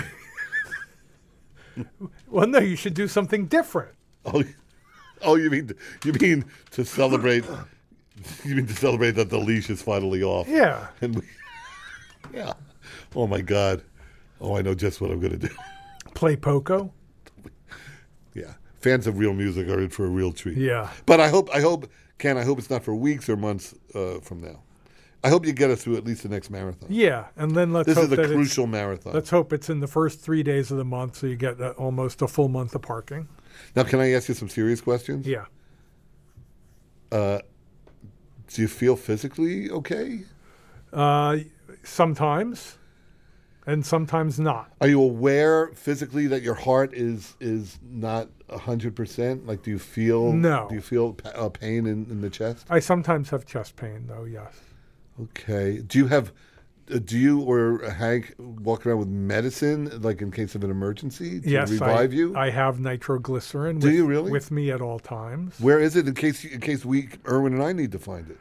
S5: Well, no, you should do something different.
S2: oh, oh, you mean you mean to celebrate? You mean to celebrate that the leash is finally off?
S5: Yeah.
S2: And we, yeah. Oh my God. Oh, I know just what I'm going to do.
S5: Play Poco?
S2: Yeah. Fans of real music are in for a real treat.
S5: Yeah.
S2: But I hope, I hope, Ken, I hope it's not for weeks or months uh, from now. I hope you get us through at least the next marathon.
S5: Yeah. And then let's
S2: This
S5: hope
S2: is a
S5: that it's-
S2: crucial marathon.
S5: Let's hope it's in the first three days of the month, so you get uh, almost a full month of parking.
S2: Now, can I ask you some serious questions?
S5: Yeah.
S2: Do you feel physically okay?
S5: Uh, sometimes, and sometimes not.
S2: Are you aware physically that your heart is is not hundred percent? Like, do you feel?
S5: No.
S2: Do you feel pa- uh, pain in, in the chest?
S5: I sometimes have chest pain, though. Yes.
S2: Okay. Do you have, uh, do you or Hank walk around with medicine, like in case of an emergency, to
S5: yes. I-
S2: revive you?
S5: I have nitroglycerin.
S2: Do
S5: with,
S2: you really?
S5: With me at all times.
S2: Where is it in case in case we, Erwin and I need to find it?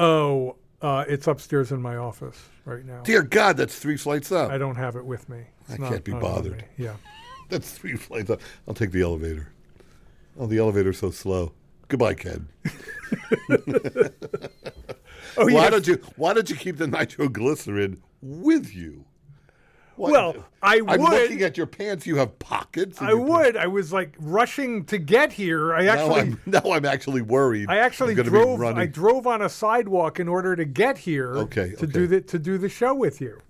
S5: Oh, uh, it's upstairs in my office right now.
S2: Dear God, that's three flights up.
S5: I don't have it with me. It's
S2: I can't be
S5: on
S2: bothered.
S5: me. Yeah.
S2: That's three flights up. I'll take the elevator. Oh, the elevator's so slow. Goodbye, Ken.
S5: Oh,
S2: Why
S5: yeah. Oh,
S2: don't you Why don't you keep the nitroglycerin with you? What?
S5: Well, I
S2: I'm
S5: would-
S2: looking at your pants. You have pockets. in
S5: I
S2: your pants.
S5: would. I was like rushing to get here. I
S2: Now
S5: actually
S2: I'm, now I'm actually worried.
S5: I actually
S2: I'm gonna
S5: drove.
S2: Be running.
S5: I drove on a sidewalk in order to get here.
S2: Okay,
S5: To
S2: okay.
S5: do the to do the show with you.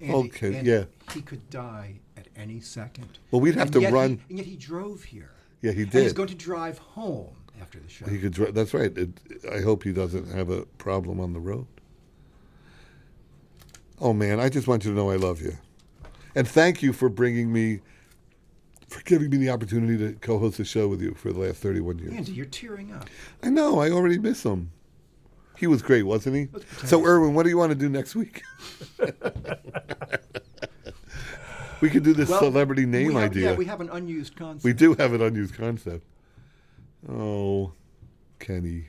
S1: Andy-
S2: Okay,
S1: Andy,
S2: yeah.
S1: He could die at any second.
S2: Well, we'd have
S1: And
S2: to
S1: yet
S2: run-
S1: He, and yet he drove here.
S2: Yeah, he
S1: And he's
S2: did.
S1: going to drive home after the show.
S2: He could. dri- That's right. It, I hope he doesn't have a problem on the road. Oh man, I just want you to know I love you, and thank you for bringing me, for giving me the opportunity to co-host a show with you for the last thirty-one years.
S1: Andy, you're tearing up.
S2: I know. I already miss him. He was great, wasn't he? So, Erwin, what do you want to do next week? we could do this
S1: Well,
S2: celebrity name
S1: we have,
S2: idea.
S1: Yeah, we have an unused concept.
S2: We do have an unused concept. Oh, Kenny.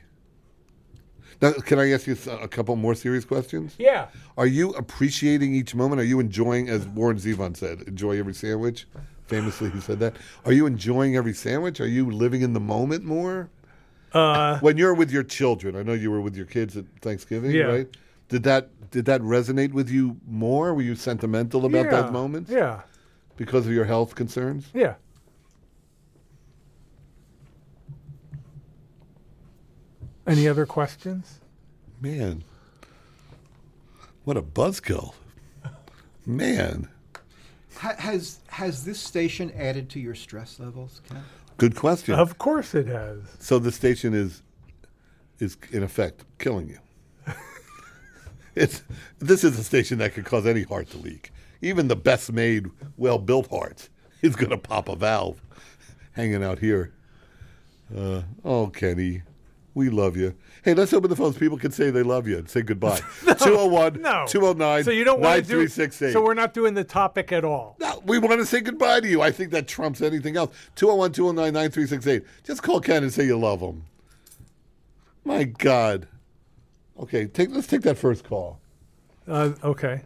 S2: Now, can I ask you s- a couple more serious questions?
S5: Yeah.
S2: Are you appreciating each moment? Are you enjoying, as Warren Zevon said, enjoy every sandwich? Famously, he said that. Are you enjoying every sandwich? Are you living in the moment more? Uh, when you're with your children, I know you were with your kids at Thanksgiving,
S5: Yeah.
S2: right? Did that did that resonate with you more? Were you sentimental about
S5: yeah.
S2: those moments
S5: Yeah.
S2: because of your health concerns?
S5: Yeah. Any other questions?
S2: Man, what a buzzkill. Man,
S1: Ha- has has this station added to your stress levels, Ken?
S2: good question.
S5: Of course it has.
S2: so the station is is in effect killing you. it's this is a station that could cause any heart to leak. Even the best made, well built hearts is going to pop a valve hanging out here. Uh, oh, Kenny, we love you. Hey, let's open the phones. People can say they love you and say goodbye. 201
S5: No.
S2: 209
S5: So you don't want to do.
S2: 9368.
S5: So we're not doing the topic at all.
S2: No, we want to say goodbye to you. I think that trumps anything else. 201 209 9368. Just call Ken and say you love him. My God. Okay, take, let's take that first call.
S5: Uh, okay.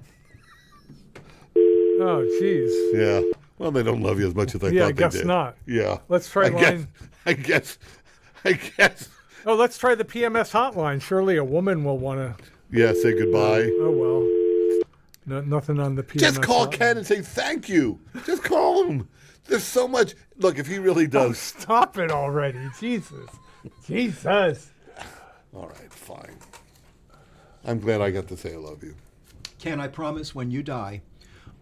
S5: Oh, jeez.
S2: Yeah. Well, they don't love you as much as I
S5: Yeah, I
S2: thought
S5: guess
S2: they did.
S5: not.
S2: Yeah.
S5: Let's try
S2: I Guess,
S5: line-
S2: I guess. I guess.
S5: Oh, let's try the PMS hotline. Surely a woman will want to.
S2: Yeah, say goodbye.
S5: Oh well. No, nothing on the PMS.
S2: Just call
S5: hotline.
S2: Ken and say thank you. Just call him. There's so much. Look, if he really does.
S5: Stop it already, Jesus, Jesus. Oh.
S2: All right, fine. I'm glad I got to say I love you.
S1: Ken, I promise when you die,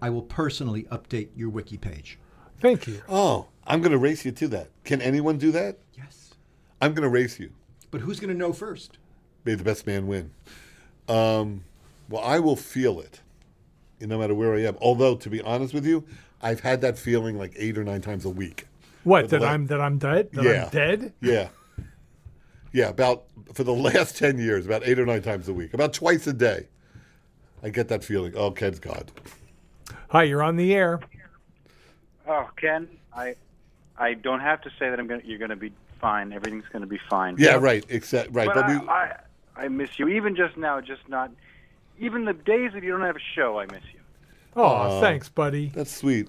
S1: I will personally update your wiki page.
S5: Thank you.
S2: Oh, I'm going to race you to that. Can anyone do that?
S1: Yes.
S2: I'm going to race you.
S1: But who's going to know first?
S2: May the best man win. Um, well, I will feel it, no matter where I am. Although, to be honest with you, I've had that feeling like eight or nine times a week.
S5: What?
S2: the
S5: That
S2: la-
S5: I'm that I'm dead? That
S2: yeah,
S5: I'm dead?
S2: Yeah, yeah. About for the last ten years, about eight or nine times a week, about twice a day, I get that feeling. Oh, Ken's God.
S5: Hi, you're on the air.
S8: Oh, Ken, I, I don't have to say that I'm gonna. You're gonna be fine. Everything's gonna be fine.
S2: Yeah, right. Except right,
S8: But,
S2: but,
S8: I,
S2: we,
S8: I, I miss you. Even just now, just not. Even the days that you don't have a show, I miss you.
S5: Oh, thanks, buddy.
S2: That's sweet.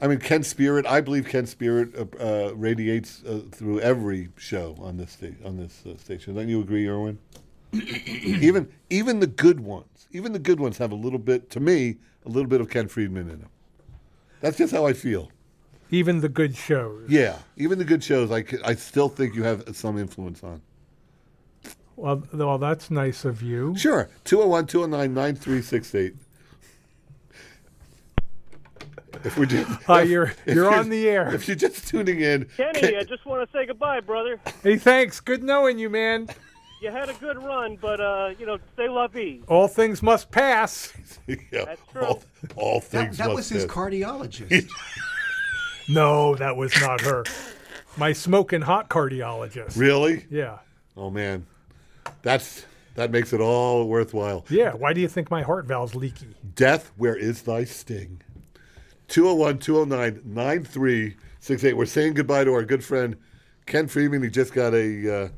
S2: I mean, Ken Spirit. I believe Ken Spirit uh, uh, radiates uh, through every show on this sta- on this uh, station. Don't you agree, Erwin? even even the good ones, even the good ones have a little bit. To me, a little bit of Ken Friedman in them. That's just how I feel.
S5: Even the good shows.
S2: Yeah, even the good shows, I, c- I still think you have some influence on.
S5: Well, th- well, that's nice of you.
S2: Sure. 201 209 9368. If we're just,
S5: Hi,
S2: if-
S5: Uh, you're-
S2: if
S5: you're on the air.
S2: If you're just tuning in,
S9: Kenny, I just want to say goodbye, brother.
S5: Hey, thanks. Good knowing you, man.
S9: You had a good run, but uh, you know, stay lovey.
S5: All things must pass.
S2: yeah,
S9: That's
S2: All, all
S1: That,
S2: things
S1: that was
S2: must
S1: his
S2: end.
S1: cardiologist.
S5: No, that was not her. My smoking hot cardiologist.
S2: Really?
S5: Yeah.
S2: Oh man, that's that makes it all worthwhile.
S5: Yeah. Why do you think my heart valve's leaky?
S2: Death, where is thy sting? 201 209 9368. We're saying goodbye to our good friend Ken Freeman. He just got a, uh,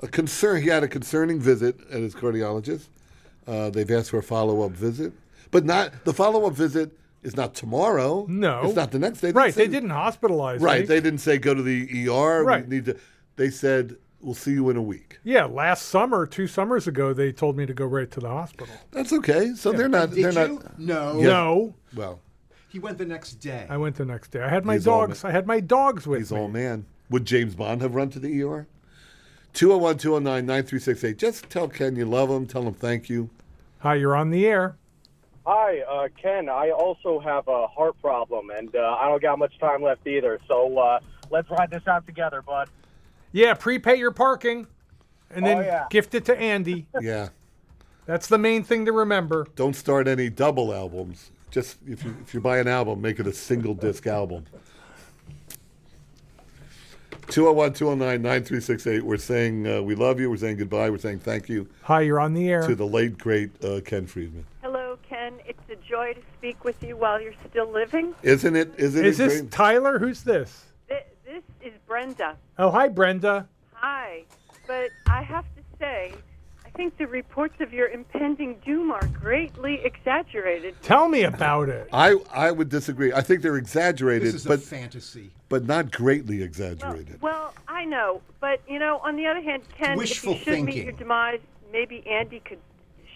S2: a concern. He had a concerning visit at his cardiologist. Uh, they've asked for a follow up visit, but not the follow up visit is not tomorrow.
S5: No.
S2: It's not the next day.
S5: Right. They
S2: say-
S5: didn't hospitalize me.
S2: Right. They didn't say go to the ER.
S5: Right.
S2: We need to. They said We'll see you in a week.
S5: Yeah, last summer, two summers ago, they told me to go right to the hospital.
S2: That's okay. So they're not.
S1: Did
S2: they're
S1: you?
S2: not.
S1: No.
S2: Yeah.
S5: No,
S2: Well,
S1: He went the next day.
S5: I went the next day. I had my
S2: He's all
S5: dogs. I had my dogs with
S2: he's
S5: me.
S2: all man. Would James Bond have run to the ER? 201 209 9368. Just tell Ken you love him. Tell him thank you.
S5: Hi, you're on the air.
S9: Hi, uh, Ken. I also have a heart problem, and uh, I don't got much time left either. So uh, let's ride this out together, bud.
S5: Yeah, prepay your parking, and then
S9: Oh, yeah.
S5: gift it to Andy.
S2: Yeah.
S5: That's the main thing to remember.
S2: Don't start any double albums. Just if you, if you buy an album, make it a single disc album. 201 209 9368. We're saying uh, we love you. We're saying goodbye. We're saying thank you
S5: Hi, you're on the air.
S2: to the late, great uh, Ken Friedman.
S10: Hello, Ken. It's a joy to speak with you while you're still living.
S2: Isn't it? Isn't
S5: Is
S2: it
S5: this
S2: great?
S5: Tyler? Who's this?
S10: Th- This is Brenda.
S5: Oh, hi, Brenda.
S10: Hi. But I have to say, I think the reports of your impending doom are greatly exaggerated.
S5: Tell me about it.
S2: I, I would disagree. I think they're exaggerated,
S1: this is
S2: but
S1: a fantasy.
S2: but not greatly
S10: Well,
S2: exaggerated.
S10: well, I know. But, you know, on the other hand, Ken,
S1: Wishful
S10: if you should meet
S1: thinking.
S10: your demise, maybe Andy could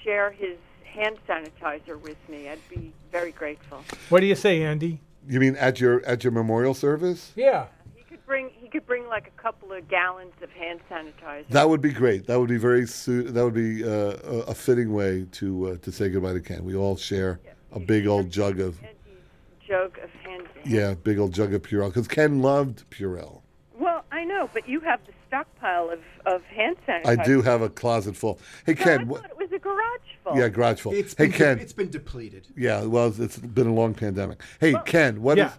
S10: share his hand sanitizer with me. I'd be very grateful.
S5: What do you say, Andy?
S2: you mean at your at your memorial service?
S5: Yeah.
S10: He could bring he could bring like a couple of gallons of hand sanitizer.
S2: That would be great. That would be very. Su- that would be uh, a, a fitting way to uh, to say goodbye to Ken. We all share a big old jug of
S10: Andy's joke of hand sanitizer.
S2: yeah, big old jug of Purell because Ken loved Purell.
S10: Well, I know, but you have the stockpile of, of hand
S2: I
S10: sanitizer.
S2: do have a closet full. Hey
S10: Well,
S2: Ken,
S10: I
S2: what,
S10: thought it was a garage full.
S2: yeah, garage full.
S1: It's
S2: hey
S1: been de-
S2: Ken,
S1: it's been depleted.
S2: yeah. Well, it's been a long pandemic. Hey Ken, what is
S5: Yeah.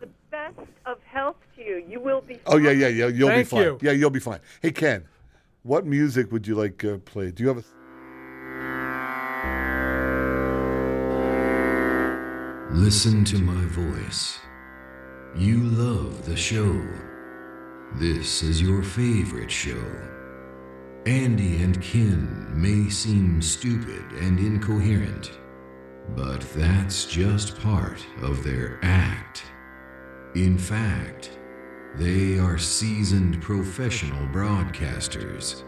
S10: The best of health to you. You will be.
S2: Oh yeah, yeah, yeah. You'll
S5: Thank
S2: be fine.
S5: you.
S2: Yeah, you'll be fine. Hey Ken, what music would you like uh, played? Do you have a?
S11: Listen to my voice. You love the show. This is your favorite show. Andy and Ken may seem stupid and incoherent, but that's just part of their act. In fact, they are seasoned professional broadcasters,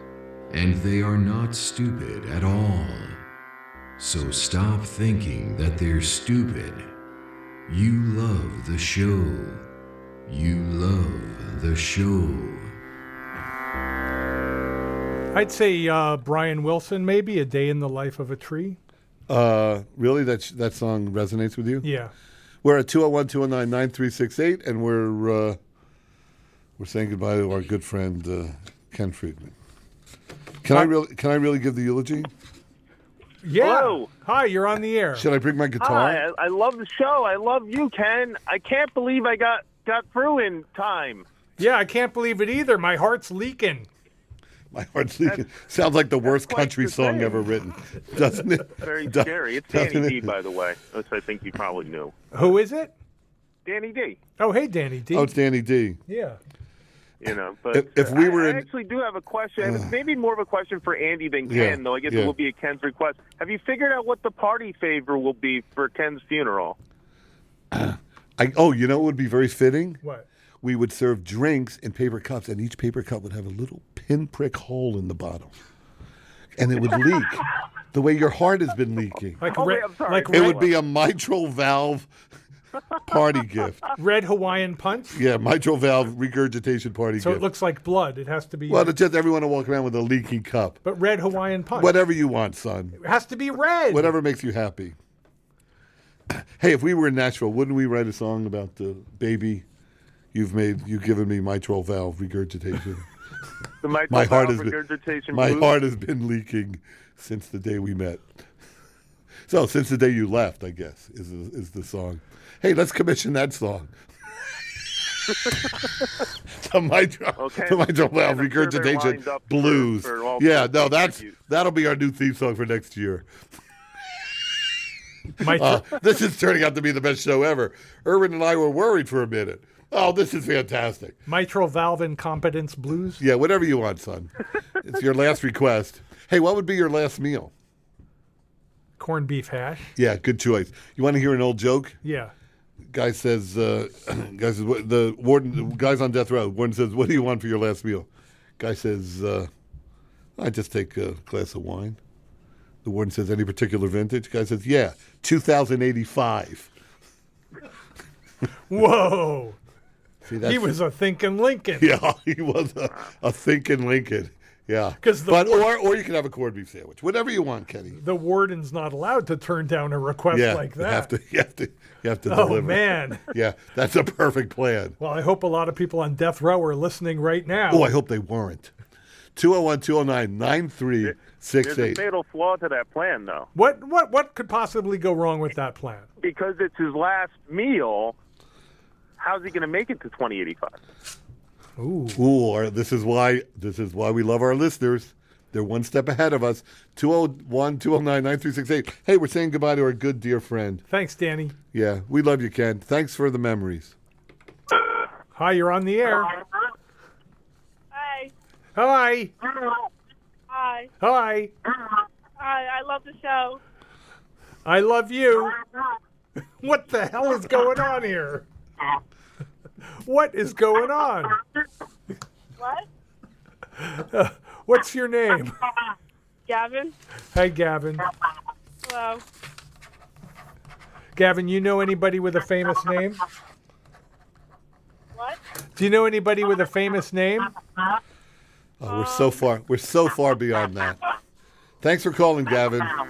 S11: and they are not stupid at all. So stop thinking that they're stupid. You love the show. You love the show.
S5: I'd say uh, Brian Wilson, maybe A Day in the Life of a Tree.
S2: Uh, really, that sh- that song resonates with you.
S5: Yeah.
S2: We're at 201-209-9368, and we're uh, we're saying goodbye to our good friend uh, Ken Friedman. Can I really can I really give the eulogy?
S5: Yeah.
S9: Hello.
S5: Hi, you're on the air.
S2: Should I bring my guitar?
S9: Hi, I, I love the show. I love you, Ken. I can't believe I got got through in time.
S5: Yeah, I can't believe it either. My heart's leaking.
S2: My heart's leaking. Sounds like the worst
S9: quite
S2: country
S9: the
S2: song
S9: thing.
S2: ever written, doesn't it?
S9: Very
S2: Do-
S9: scary. It's
S2: doesn't
S9: Danny
S2: it?
S9: D, by the way, which I think you probably knew.
S5: Who is it?
S9: Danny D.
S5: Oh, hey, Danny D.
S2: Oh, it's Danny D.
S5: yeah.
S9: You know, but
S2: If- if we
S9: I-
S2: were
S9: I,
S2: in-
S9: actually do have a question. It's Maybe more of a question for Andy than Ken,
S2: Yeah,
S9: though. I guess
S2: yeah.
S9: it will be a Ken's request. Have you figured out what the party favor will be for Ken's funeral?
S2: I, oh, you know what would be very fitting?
S5: What?
S2: we would serve drinks in paper cups, and each paper cup would have a little pinprick hole in the bottom, and it would leak the way your heart has been leaking.
S5: Like,
S9: Oh, wait,
S5: red,
S9: I'm sorry.
S5: like
S2: It
S5: red,
S2: would be a mitral valve party gift.
S5: red Hawaiian punch.
S2: Yeah, mitral valve regurgitation party
S5: So
S2: gift.
S5: it looks like blood. It has to be.
S2: well, it's just everyone will walk around with a leaking cup.
S5: but red Hawaiian punch.
S2: Whatever you want, son.
S5: It has to be red.
S2: Whatever makes you happy. Hey, if we were in Nashville, wouldn't we write a song about the baby you've made? You've given me mitral valve regurgitation.
S9: The Michael
S2: my heart
S9: Bell
S2: has
S9: regurgitation
S2: been, my
S9: blues?
S2: heart has been leaking since the day we met. So since the day you left, I guess is is the song. Hey, let's commission that song. the mitral,
S9: Okay.
S2: the mitral
S9: Yeah, I'm sure they're
S2: valve regurgitation
S9: lined up for-
S2: blues.
S9: for all
S2: yeah,
S9: kinds
S2: no,
S9: of
S2: that's
S9: tributes.
S2: that'll be our new theme song for next year.
S5: My-
S2: Uh, this is turning out to be the best show ever. Irwin and I were worried for a minute. Oh, this is fantastic.
S5: mitral valve incompetence blues.
S2: Yeah, whatever you want, son. It's your last request. Hey, what would be your last meal?
S5: Corned beef hash.
S2: Yeah, good choice. You want to hear an old joke?
S5: Yeah.
S2: Guy says, uh, guy says, "What- the warden, the guy's on death row. Warden says, what do you want for your last meal? Guy says, uh, I just take a glass of wine. The warden says, Any particular vintage? Guy says, Yeah, 2085.
S5: Whoa.
S2: See,
S5: he
S2: that's-
S5: was a thinking Lincoln.
S2: Yeah, he was a, a thinking Lincoln. Yeah.
S5: 'Cause the-
S2: but, or, or you can have a corned beef sandwich, whatever you want, Kenny.
S5: The warden's not allowed to turn down a request
S2: yeah,
S5: like
S2: you have
S5: that.
S2: to, you have to, you have to
S5: Oh,
S2: deliver.
S5: man.
S2: Yeah, that's a perfect plan.
S5: Well, I hope a lot of people on death row are listening right now.
S2: Oh, I hope they weren't. 201 209
S12: There's a
S2: 9368.
S12: fatal flaw to that plan, though,
S5: What what what could possibly go wrong with that plan?
S12: because it's his last meal. How's he going to make it to 2085?
S5: Ooh.
S2: or this is why this is why we love our listeners. They're one step ahead of us. 201 209 9368. Hey, we're saying goodbye to our good dear friend.
S5: Thanks, Danny.
S2: Yeah, we love you, Ken. Thanks for the memories.
S5: Hi, you're on the air.
S13: Hi.
S5: Hi.
S13: Hi.
S5: Hi.
S13: Hi. I love the show.
S5: I love you. What the hell is going on here? What is going on?
S13: What?
S5: Uh, what's your name?
S13: Gavin?
S5: Hi, Gavin.
S13: Hello.
S5: Gavin, you know anybody with a famous name?
S13: What?
S5: Do you know anybody with a famous name?
S2: Oh, we're so far. We're so far beyond that. Thanks for calling, Gavin. Oh,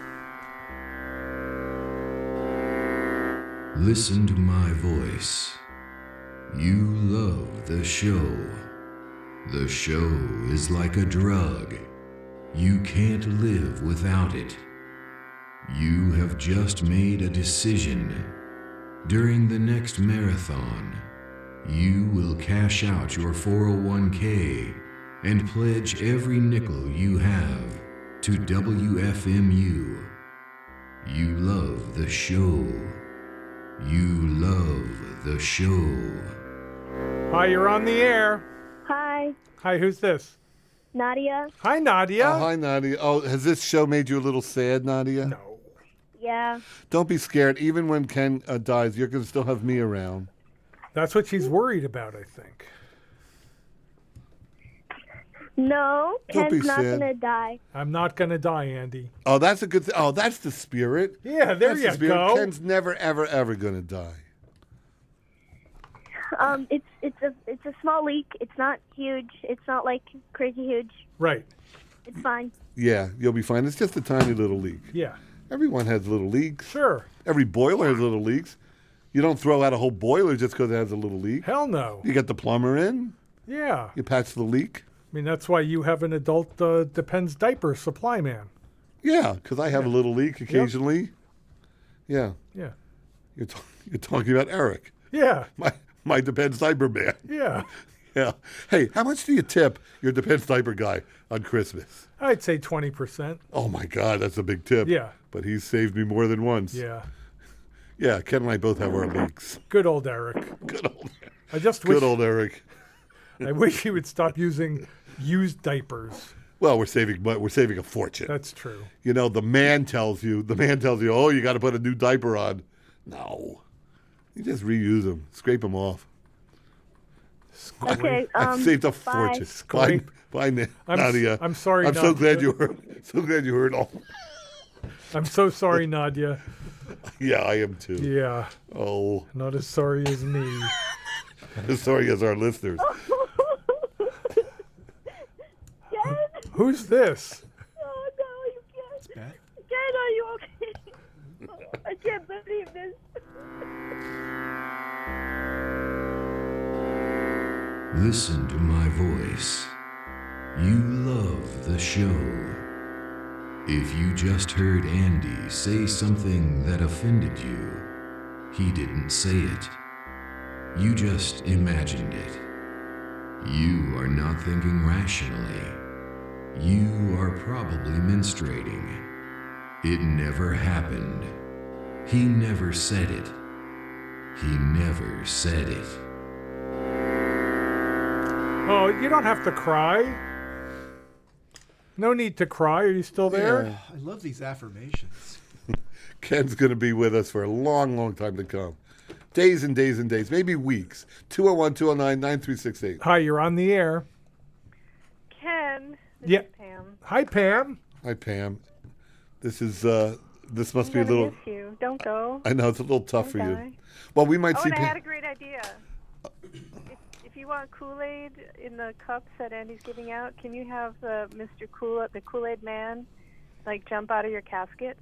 S11: Listen to my voice. You love the show. The show is like a drug. You can't live without it. You have just made a decision. During the next marathon, you will cash out your 401k and pledge every nickel you have to WFMU. You love the show. You love the show.
S5: Hi, you're on the air.
S14: Hi,
S5: Hi, who's this?
S14: Nadia.
S5: Hi, Nadia.
S2: Oh, hi, Nadia. Oh, has this show made you a little sad, Nadia? No.
S14: Yeah.
S2: Don't be scared. Even when Ken uh, dies, you're going to still have me around.
S5: That's what she's worried about, I think.
S10: Oh,
S14: No,
S2: Don't
S14: Ken's
S2: be
S14: not
S2: sad.
S14: gonna die.
S5: I'm not going to die, Andy.
S2: Oh, that's a good. Th- oh, that's the spirit.
S5: Yeah, there
S2: that's
S5: you
S2: the spirit.
S5: go.
S2: Ken's never, ever, ever going to die.
S14: Um, it's it's a it's a small leak. It's not huge. It's not like crazy huge.
S5: Right.
S14: It's fine.
S2: Yeah, you'll be fine. It's just a tiny little leak.
S5: Yeah.
S2: Everyone has little leaks.
S5: Sure.
S2: Every boiler has little leaks. You don't throw out a whole boiler just because it has a little leak.
S5: Hell no.
S2: You get the plumber in.
S5: Yeah.
S2: You patch the leak.
S5: I mean, that's why you have an adult uh, Depends diaper supply man.
S2: Yeah, because I have a little leak occasionally. Yeah.
S5: Yeah.
S2: You're, t- you're talking about Eric,
S5: Yeah.
S2: my my Depends diaper man.
S5: Yeah.
S2: Yeah. Hey, how much do you tip your Depends diaper guy on Christmas?
S5: I'd say 20%.
S2: Oh my God, that's a big tip.
S5: Yeah.
S2: But he's saved me more than once.
S5: Yeah.
S2: Yeah, Ken and I both have our leaks.
S5: Good old Eric.
S2: Good old Eric.
S5: I just wish,
S2: Good old Eric.
S5: I wish he would stop using used diapers.
S2: Well, we're saving, but we're saving a fortune.
S5: That's true.
S2: You know, the man tells you, the man tells you, oh, you got to put a new diaper on. No, you just reuse them, scrape them off.
S14: Okay,
S2: I
S14: um,
S2: saved a
S14: bye.
S2: fortune. Bye,
S5: Scrape.
S2: bye, Na-
S5: I'm s-
S2: Nadia.
S5: I'm sorry,
S2: I'm so
S5: Nadia.
S2: glad you heard. So glad you heard all.
S5: I'm so sorry, Nadia.
S2: Yeah, I am too.
S5: Yeah.
S2: Oh,
S5: Not as sorry as me.
S2: as sorry as our listeners.
S5: Who's this?
S13: Oh, no, you can't. Ken, are you okay? I can't believe this.
S11: Listen to my voice. You love the show. If you just heard Andy say something that offended you, he didn't say it. You just imagined it. You are not thinking rationally. You are probably menstruating. It never happened. He never said it. He never said it.
S5: Oh, you don't have to cry. No need to cry. Are you still there?
S15: I love these affirmations.
S2: Ken's going to be with us for a long, long time to come. Days and days and oh days, maybe weeks. 201 209 9368.
S5: Hi, you're on the air.
S13: Ken,
S10: This
S5: Yeah.
S10: is Pam.
S5: Hi, Pam.
S2: Hi, Pam. This is uh, this must be a
S10: I'm gonna
S2: little.
S10: miss you. Don't go.
S2: I know it's a little tough for you.
S10: Bye.
S2: Well, we might
S10: oh,
S2: see.
S10: and I
S2: Pam-
S10: had a great idea. If, if you want Kool Aid in the cups that Andy's giving out, can you have uh, Mr. Kool the Kool Aid Man, like jump out of your casket?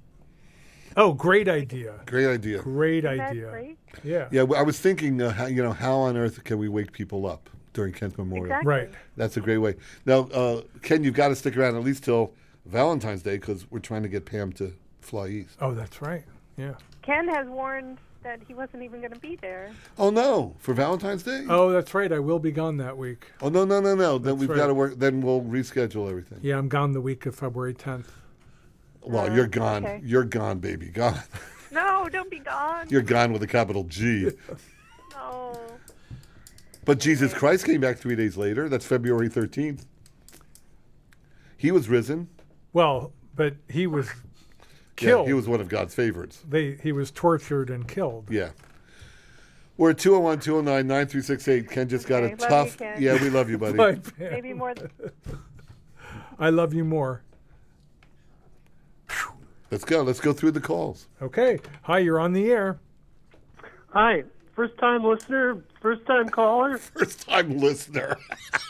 S5: Oh, great idea.
S2: Great idea.
S5: Great
S10: Isn't that
S5: idea.
S10: great?
S5: Yeah.
S2: Yeah, well, I was thinking, uh, how, you know, how on earth can we wake people up during Ken's memorial?
S10: Exactly. Right.
S2: That's a great way. Now, uh, Ken, you've got to stick around at least till Valentine's Day because we're trying to get Pam to fly east.
S5: Oh, that's right. Yeah.
S10: Ken has warned that he wasn't even going to be there.
S2: Oh no, for Valentine's Day?
S5: Oh, that's right. I will be gone that week.
S2: Oh no, no, no, no. Then
S5: That's
S2: we've
S5: right.
S2: got to work. Then we'll reschedule everything.
S5: Yeah, I'm gone the week of February 10th.
S2: Well, you're gone.
S10: okay.
S2: You're gone, baby. Gone.
S10: No, don't be gone.
S2: you're gone with a capital G.
S10: No.
S2: But Jesus Christ came back three days later. That's February 13th. He was risen.
S5: Well, but he was
S2: Yeah,
S5: killed.
S2: he was one of God's favorites.
S5: they he was tortured and killed.
S2: Yeah. We're at 201 209 9368. Ken just got
S5: Okay,
S2: a
S5: love you,
S2: tough.
S5: Ken.
S2: yeah, we love you, buddy.
S5: Bye.
S10: Maybe more. Th-
S5: I love you more.
S2: Let's go. Let's go through the calls.
S5: Okay. Hi, you're on the air.
S16: Hi, first time listener, first time caller.
S2: First time listener.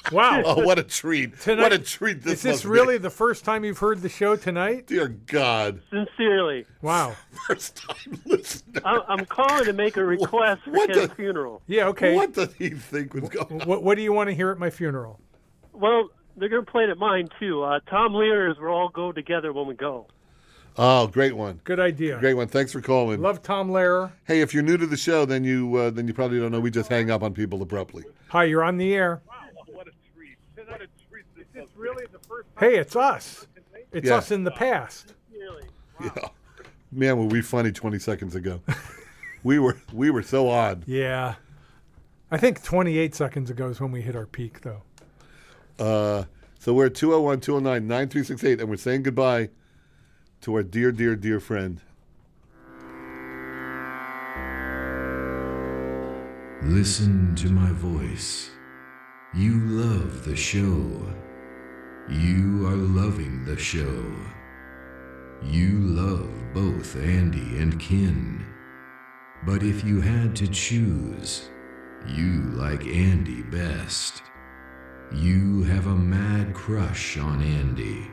S5: Wow.
S2: Oh, what a treat. what a treat this
S5: Is this
S2: must be.
S5: really the first time you've heard the show tonight?
S2: Dear God.
S16: Sincerely.
S5: Wow.
S2: First time listener.
S16: I'm, I'm calling to make a request for
S5: what
S16: Ken's
S5: the-
S16: funeral.
S5: Yeah, okay.
S2: What did he think was going
S5: on? What, what do you want to hear at my funeral?
S16: Well, they're going to play it at mine, too. Uh, Tom Lear's We'll All Go Together When We Go.
S2: Oh, great one.
S5: Good idea.
S2: Great one. Thanks for calling.
S5: Love Tom Lehrer.
S2: Hey, if you're new to the show, then you uh, then you probably don't know. We just hang up on people abruptly.
S5: Hi, you're on the air. Hey, it's us. It's
S2: Yeah.
S5: us in the past.
S2: Yeah, man, were we funny 20 seconds ago? we were we were so odd.
S5: Yeah. I think 28 seconds ago is when we hit our peak, though.
S2: Uh, so we're at 201 209 9368, and we're saying goodbye to our dear, dear, dear friend.
S11: Listen to my voice. You love the show. You are loving the show. You love both Andy and Kin. But if you had to choose, you like Andy best. You have a mad crush on Andy.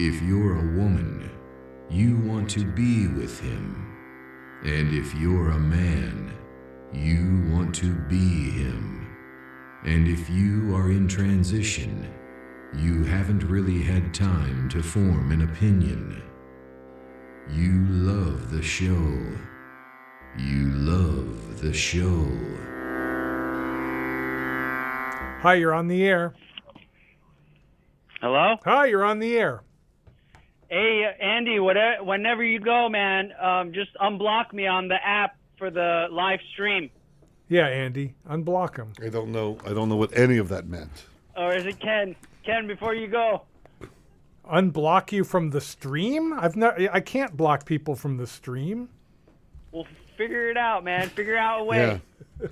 S11: If you're a woman, you want to be with him. And if you're a man, you want to be him. And if you are in transition, you haven't really had time to form an opinion. You love the show. You love the show.
S5: Hi, you're on the air.
S17: Hello?
S5: Hi, you're on the air.
S17: Hey, uh, Andy, whatever, whenever you go, man, um, just unblock me on the app for the live stream.
S5: Yeah, Andy, unblock him.
S2: I don't know. I don't know what any of that meant.
S17: Or is it Ken? Ken, before you go.
S5: Unblock you from the stream? I've not. I can't block people from the stream.
S17: We'll figure it out, man. Figure out a way.
S2: Yeah.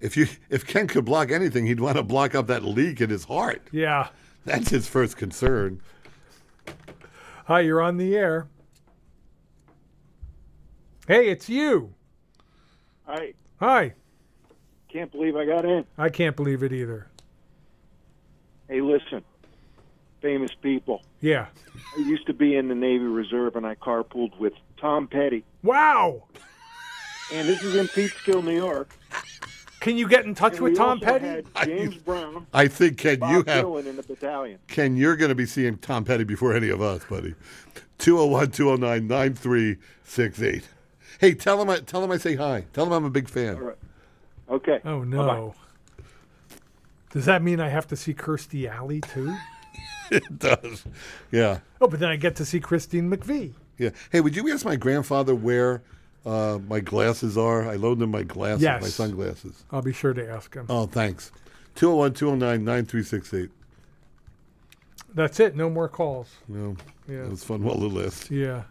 S2: if you if Ken could block anything, he'd want to block up that leak in his heart.
S5: Yeah.
S2: That's his first concern.
S5: Hi, you're on the air. Hey, it's you.
S18: I
S5: Hi.
S18: can't believe I got in.
S5: I can't believe it either.
S18: Hey, listen, famous people.
S5: Yeah.
S18: I used to be in the Navy Reserve, and I carpooled with Tom Petty.
S5: Wow.
S18: And this is in Peekskill, New York.
S5: Can you get in touch
S18: And
S5: with
S18: we
S5: Tom
S18: also
S5: Petty?
S18: had James Brown.
S2: I think Ken,
S18: Bob
S2: you have
S18: Dylan in the battalion.
S2: Ken, you're going to be seeing Tom Petty before any of us, buddy. 201 209 9368. Hey, tell him, I, tell him I say hi. Tell him I'm a big fan.
S18: All right. Okay.
S5: Oh no. Does that mean I have to see Kirstie Alley too?
S2: it does. Yeah.
S5: Oh, but then I get to see Christine McVie.
S2: Yeah. Hey, would you ask my grandfather where uh, my glasses are? I loaned him my glasses,
S5: Yes.
S2: my sunglasses.
S5: I'll be sure to ask him.
S2: Oh, thanks. 201 209 9368.
S5: That's it. No more calls.
S2: No.
S5: Yeah.
S2: That was fun while it lasted.
S5: Yeah.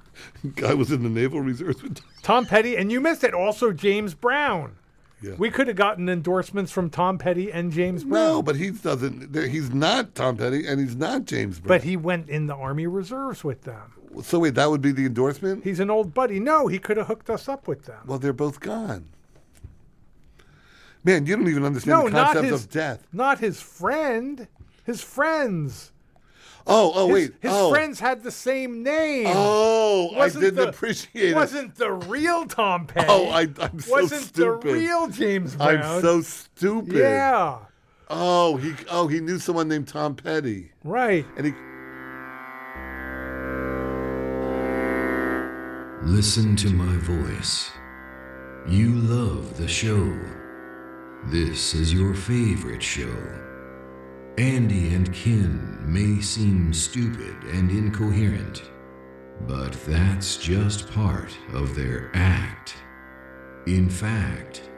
S2: Guy was in the Naval Reserve. with-
S5: Tom Petty, and you missed it. Also, James Brown.
S2: Yeah.
S5: We could have gotten endorsements from Tom Petty and James Brown.
S2: No, but he doesn't. there- He's not Tom Petty, and he's not James Brown.
S5: But he went in the Army Reserves with them.
S2: so wait, that would be the endorsement.
S5: He's an old buddy. No, he could have hooked us up with them.
S2: Well, they're both gone. Man, you don't even understand
S5: no,
S2: the concept
S5: not his
S2: of death.
S5: Not his friend. His friends.
S2: Oh, oh,
S5: His-
S2: wait.
S5: His
S2: oh.
S5: friends had the same name.
S2: Oh, I didn't appreciate it.
S5: Wasn't the real Tom Petty?
S2: Oh, I, I'm so
S5: wasn't
S2: stupid.
S5: the real James Brown?
S2: I'm so stupid.
S5: Yeah.
S2: Oh, he oh he knew someone named Tom Petty.
S5: Right.
S2: And he
S11: Listen to my voice. You love the show. This is your favorite show. Andy and Ken may seem stupid and incoherent, but that's just part of their act. In fact,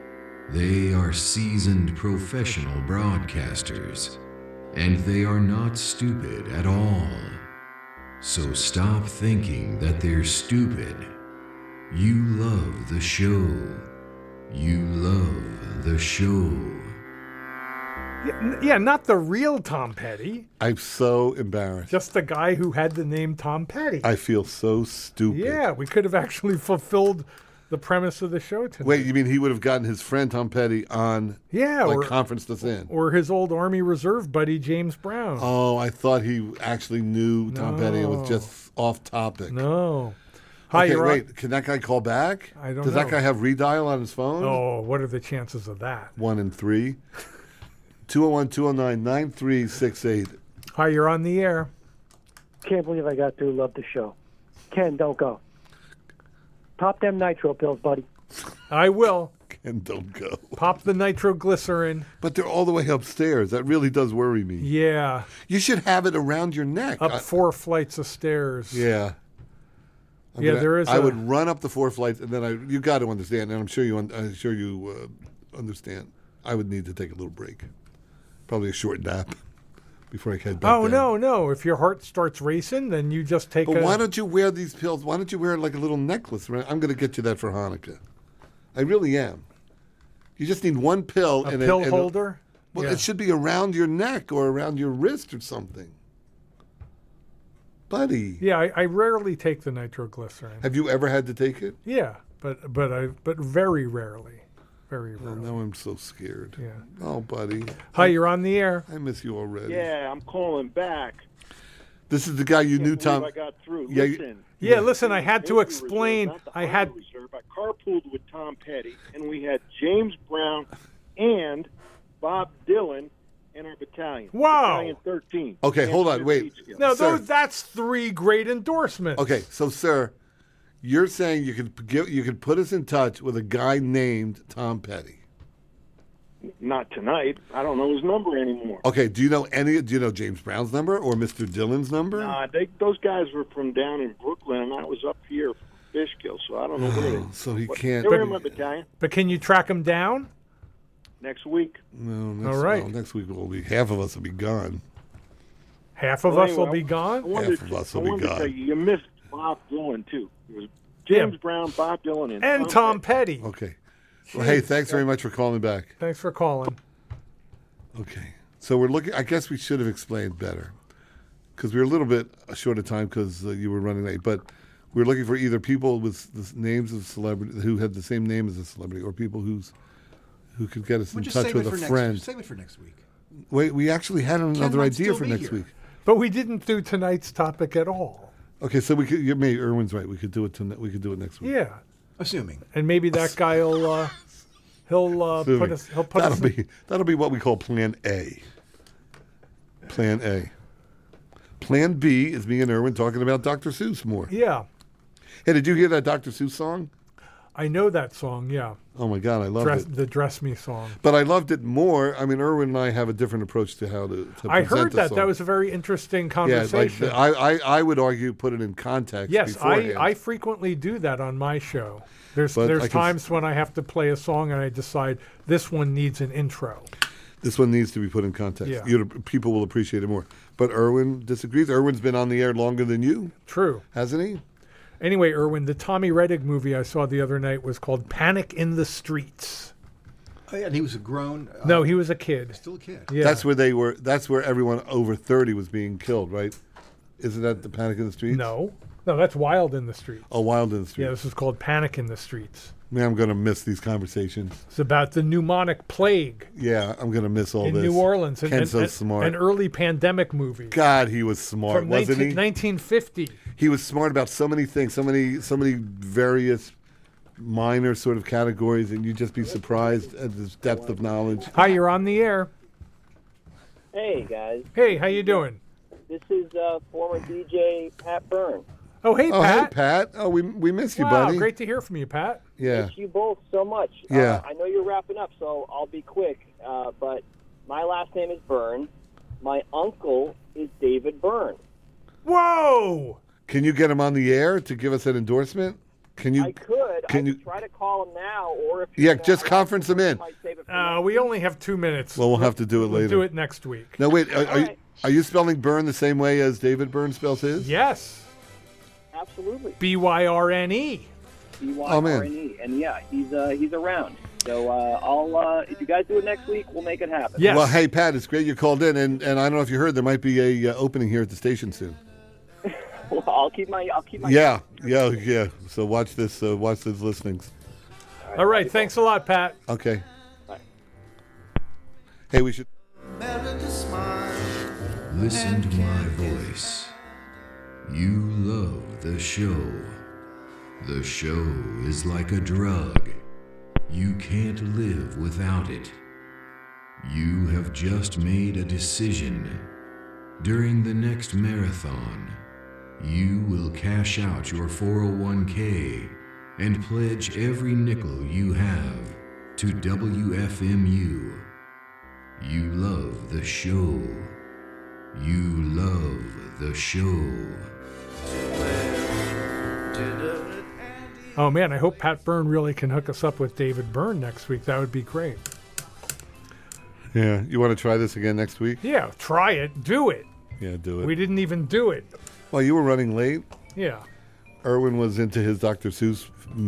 S11: they are seasoned professional broadcasters, and they are not stupid at all. So stop thinking that they're stupid. You love the show. You love the show.
S5: Yeah, n- yeah, not the real Tom Petty.
S2: I'm so embarrassed.
S5: Just the guy who had the name Tom Petty.
S2: I feel so stupid.
S5: yeah, we could have actually fulfilled the premise of the show tonight.
S2: Wait, you mean he would have gotten his friend Tom Petty on
S5: Yeah,
S2: like
S5: or-
S2: conference this in?
S5: Or his old Army Reserve buddy James Brown.
S2: Oh, I thought he actually knew Tom Petty. It was just off topic.
S5: No. Hi,
S2: okay,
S5: you're on-
S2: wait. Can that guy call back?
S5: I don't
S2: Does that
S5: know.
S2: guy have redial on his phone?
S5: Oh, what are the chances of that?
S2: One and three. 201 209 9368.
S5: Hi, you're on the air.
S19: Can't believe I got through. Love the show. Ken, don't go. Pop them nitro pills, buddy.
S5: I will.
S2: And don't go.
S5: Pop the nitroglycerin.
S2: But they're all the way upstairs. That really does worry me.
S5: Yeah.
S2: You should have it around your neck.
S5: Up
S2: I-
S5: four flights of stairs.
S2: Yeah. I'm
S5: Yeah,
S2: gonna-
S5: there is
S2: I
S5: a-
S2: would run up the four flights, and then I you got to understand, and I'm sure you un- I'm sure you uh, understand. I would need to take a little break, probably a short nap before I head back.
S5: Oh
S2: down.
S5: no, no! If your heart starts racing, then you just take.
S2: But
S5: a,
S2: why don't you wear these pills? Why don't you wear like a little necklace? around- I'm going to get you that for Hanukkah. I really am. You just need one pill
S5: A
S2: and
S5: pill
S2: and
S5: holder?
S2: well,
S5: Yeah.
S2: it should be around your neck or around your wrist or something, buddy.
S5: Yeah, I, I rarely take the nitroglycerin.
S2: Have you ever had to take it?
S5: Yeah, but but I but very rarely, very
S2: Oh,
S5: rarely.
S2: now I'm so scared.
S5: Yeah.
S2: Oh, buddy.
S5: Hi, you're on the air.
S2: I miss you already.
S18: Yeah, I'm calling back.
S2: This is the guy you knew,
S18: believe
S2: Tom.
S18: I got through.
S2: Yeah, you-
S18: Listen.
S5: Yeah, listen, I had to explain.
S18: Not the
S5: I had
S18: Army Reserve. I carpooled with Tom Petty, and we had James Brown and Bob Dylan in our battalion.
S5: Wow.
S18: Battalion 13.
S2: Okay,
S18: And
S2: hold on,
S18: Peter
S2: wait.
S18: Peachkill.
S5: no.
S2: Sir.
S5: Those, that's three great endorsements.
S2: Okay, so sir, you're saying you could give, you could put us in touch with a guy named Tom Petty.
S18: Not tonight. I don't know his number anymore.
S2: Okay, do you know any? Do you know James Brown's number or Mr. Dylan's number?
S18: Nah, they, those guys were from down in Brooklyn, and I was up here from Fishkill, so I don't know where.
S2: Oh, so he
S18: what-
S2: can't.
S18: They were in my battalion
S5: But can you track them down?
S18: next week.
S2: no, next,
S5: All right.
S2: well, next week will be half of us will be gone.
S5: Half of
S18: Well,
S5: us will
S18: anyway,
S5: be
S18: I
S5: gone.
S18: wanted
S2: Half
S18: to-
S2: of us
S18: I
S2: will be
S18: wanted to
S2: gone.
S18: tell you, you missed Bob Dylan too. It was James
S5: Yeah.
S18: Brown, Bob Dylan, and,
S5: And Tom Petty.
S2: Okay. Well, hey, thanks very much for calling back.
S5: Thanks for calling.
S2: Okay. So we're looking. I guess we should have explained better because we were a little bit short of time because uh, you were running late. But we were looking for either people with the s- names of celebrity who had the same name as a celebrity, or people who's who could get us
S15: We'll
S2: in
S15: just
S2: touch
S15: save it
S2: with
S15: for
S2: a
S15: next
S2: friend.
S15: Save it for next week.
S2: Wait, we actually had another
S15: might
S2: idea
S15: still
S2: for
S15: be
S2: next
S15: here.
S2: week.
S5: But we didn't do tonight's topic at all.
S2: Okay, so we could. You may Irwin's right. We could do it. To, we could do it next week.
S5: Yeah,
S15: Assuming.
S5: and maybe that guy'll uh, he'll uh,
S2: Assuming.
S5: put us he'll put
S2: that'll
S5: us
S2: be that'll be what we call Plan A. Plan A. Plan B is me and Irwin talking about Dr. Seuss more.
S5: Yeah,
S2: Hey, did you hear that Dr. Seuss song?
S5: I know that song. Yeah,
S2: Oh my God, I love
S5: dress,
S2: it.
S5: the dress me song.
S2: But I loved it more. I mean, Irwin and I have a different approach to how to. to
S5: I
S2: present
S5: heard
S2: the
S5: that.
S2: song.
S5: That was a very interesting
S2: yeah. Like
S5: conversation.
S2: the, I, I, I would argue put it in context.
S5: yes, I,
S2: beforehand.
S5: I frequently do that on my show. There's
S2: But I
S5: there's
S2: can s-
S5: times when I have to play a song and I decide this one needs an intro.
S2: This one needs to be put in context.
S5: Yeah.
S2: You'd- people will appreciate it more. But Irwin disagrees. Irwin's been on the air longer than you,
S5: True.
S2: hasn't he?
S5: Anyway, Irwin, the Tommy Reddick movie I saw the other night was called Panic in the Streets.
S1: Oh, yeah, and he was a grown. uh,
S5: No, he was a kid.
S1: Still a kid.
S5: Yeah.
S2: That's where they were. That's where everyone over thirty was being killed, right? Isn't that the panic in the streets?
S5: No, no, that's wild in the streets.
S2: Oh, wild in the streets.
S5: Yeah, this is called Panic in the Streets.
S2: Man, I'm gonna miss these conversations.
S5: It's about the pneumonic plague
S2: Yeah, I'm gonna miss all
S5: in
S2: Oh, this.
S5: New Orleans. and-
S2: Ken's
S5: and-
S2: so
S5: and-
S2: smart.
S5: An early pandemic movie
S2: God, he was smart,
S5: from
S2: wasn't
S5: 19-
S2: he?
S5: 1950.
S2: He was smart about so many things, so many, so many various minor sort of categories, and you'd just be surprised at his depth of knowledge.
S5: Hi, you're on the air.
S20: Hey guys.
S5: Hey, how you doing?
S20: This is uh, former DJ Pat Byrne.
S5: Oh, hey,
S2: oh,
S5: Pat.
S2: Hey, Pat. Oh, we we miss you,
S5: wow,
S2: buddy.
S5: great to hear from you, Pat.
S2: Yeah.
S20: Miss you both so much.
S2: Yeah.
S20: Uh, I know you're wrapping up, so I'll be quick. Uh, but my last name is Byrne. My uncle is David Byrne.
S5: Whoa!
S2: Can you get him on the air to give us an endorsement? Can you?
S20: I could. I
S2: Can you?
S20: could try to call him now, or if
S2: Yeah, just conference him in.
S5: Uh, we only have two minutes.
S2: Well, we'll have to do it
S5: We'll
S2: later.
S5: do it next week.
S2: Now wait, are, are, you, are you spelling Byrne the same way as David Byrne spells his?
S5: Yes.
S20: Absolutely. E
S5: B Y R N E.
S2: Oh, man.
S20: B-Y-R-N-E. And yeah, he's uh, he's around. So uh, I'll uh, if you guys do it next week, we'll make it happen.
S2: Well, hey Pat, it's great you called in, and, and I don't know if you heard there might be a uh, opening here at the station soon.
S20: Well, I'll keep my I'll keep my
S2: Yeah, yeah, yeah. So watch this, uh, watch those listenings.
S5: All right. Thanks a lot, Pat.
S2: Okay. Hey, we should.
S11: Listen to my voice. You love the show. The show is like a drug. You can't live without it. You have just made a decision. During the next marathon, you will cash out your 401k and pledge every nickel you have to WFMU. You love the show. You love the show.
S5: Oh man, I hope Pat Byrne really can hook us up with David Byrne next week. That would be great.
S2: Yeah, you want to try this again next week?
S5: Yeah, try it. Do it.
S2: Yeah, do it.
S5: We didn't even do it.
S2: Well, you were running late.
S5: Yeah.
S2: Erwin was into his Dr. Seuss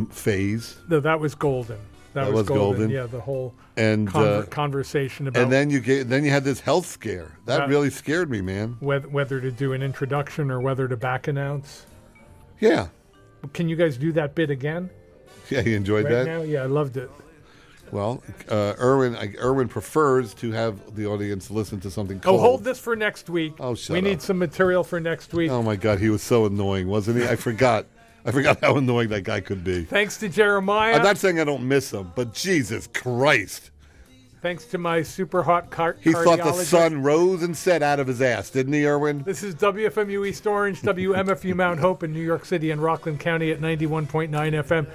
S2: f- phase.
S5: No, that was golden. That,
S2: That was golden.
S5: Yeah, the whole
S2: And,
S5: conver-
S2: uh,
S5: conversation about
S2: And then you get, then you had this health scare. That
S5: That-
S2: really scared me, man.
S5: whether, whether to do an introduction or whether to back announce.
S2: Yeah.
S5: Can you guys do that bit again?
S2: Yeah, you enjoyed
S5: right
S2: that.
S5: now? Yeah, I loved it.
S2: Well, uh, Erwin, I, Erwin prefers to have the audience listen to something
S5: Oh,
S2: cold.
S5: hold this for next week.
S2: Oh, shut
S5: we
S2: up.
S5: need some material for next week.
S2: Oh my God, he was so annoying, wasn't he? I forgot. I forgot how annoying that guy could be.
S5: Thanks to Jeremiah.
S2: I'm not saying I don't miss him, but Jesus Christ,
S5: Thanks to my super hot car-
S2: he thought the
S5: cardiologist.
S2: sun rose and set out of his ass, didn't he, Erwin?
S5: This is WFMU East Orange, WMFU Mount Hope in New York City and Rockland County at 91.9 FM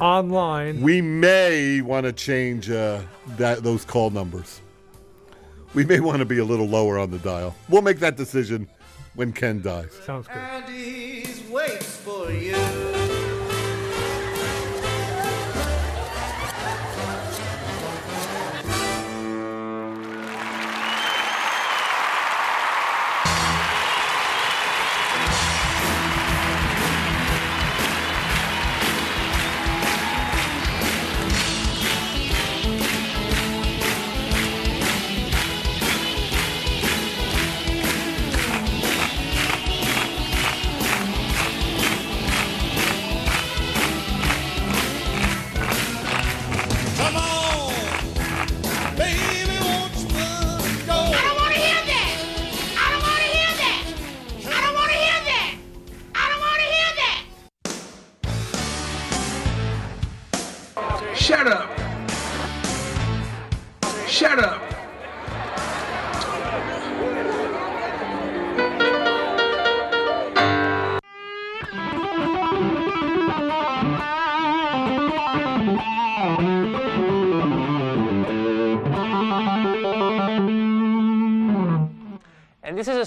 S5: online.
S2: We may want to change uh, that those call numbers. We may want to be a little lower on the dial. We'll make that decision when Ken dies.
S5: Sounds good.
S13: Uh,
S21: Andy's waits for you. Come on, baby, won't you go? I don't want to hear that. I don't want to hear that. I don't want to hear that. I don't want to hear that.
S22: Shut up. Shut up.
S23: And this is a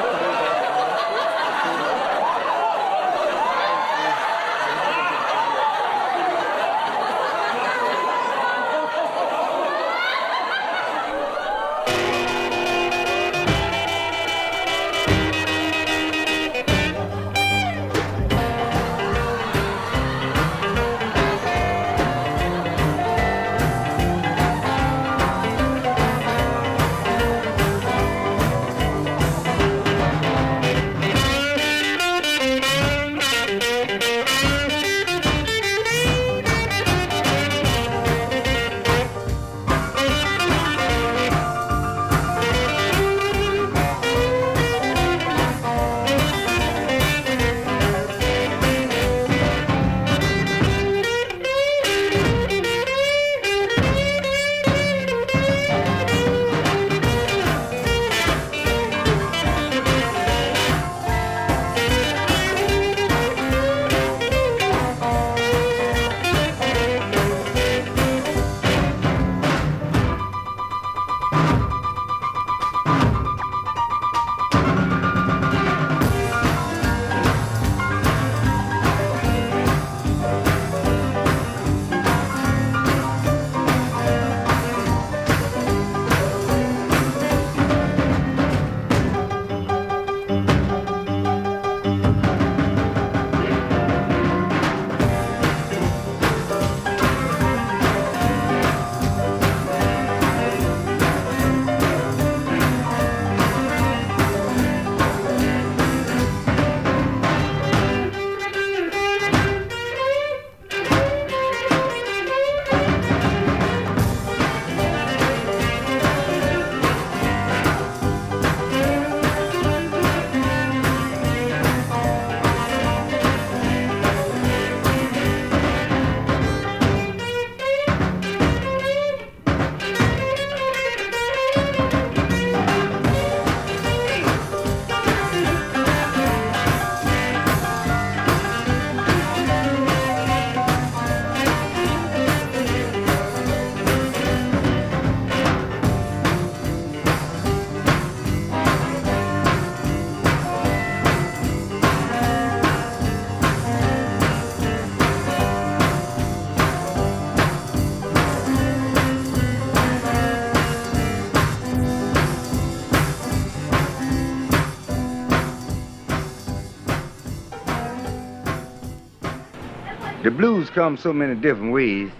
S24: The blues come so many different ways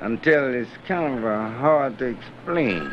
S24: until it's kind of uh, hard to explain.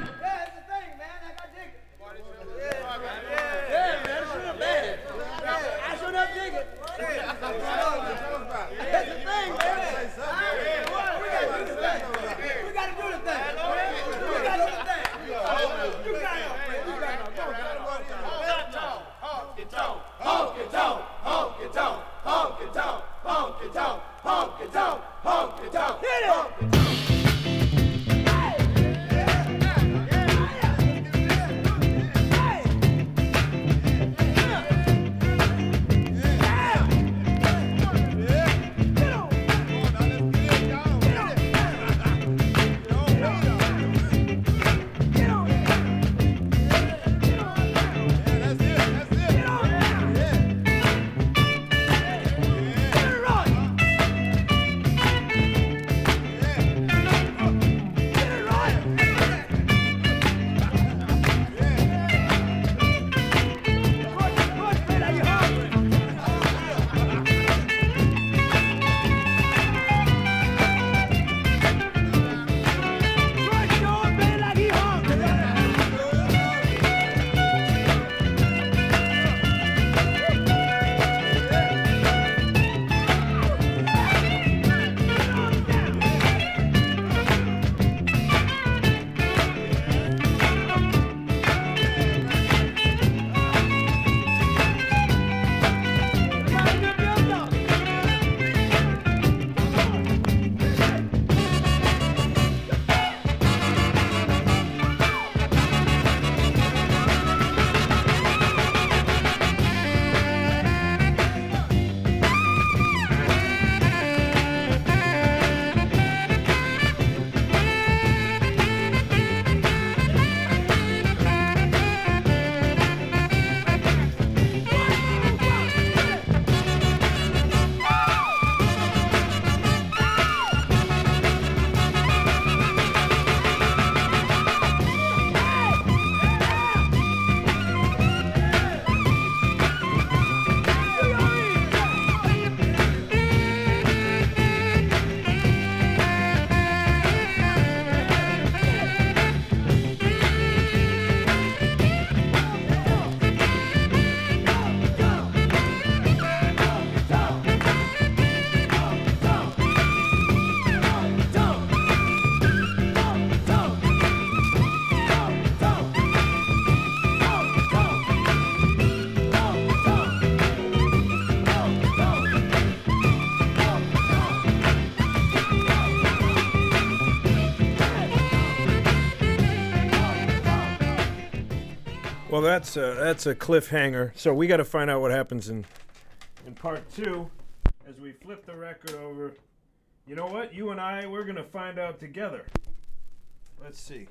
S13: Well, that's a, that's a cliffhanger. So we got to find out what happens in in part two as we flip the record over. You know what? You and I, we're gonna find out together. Let's see.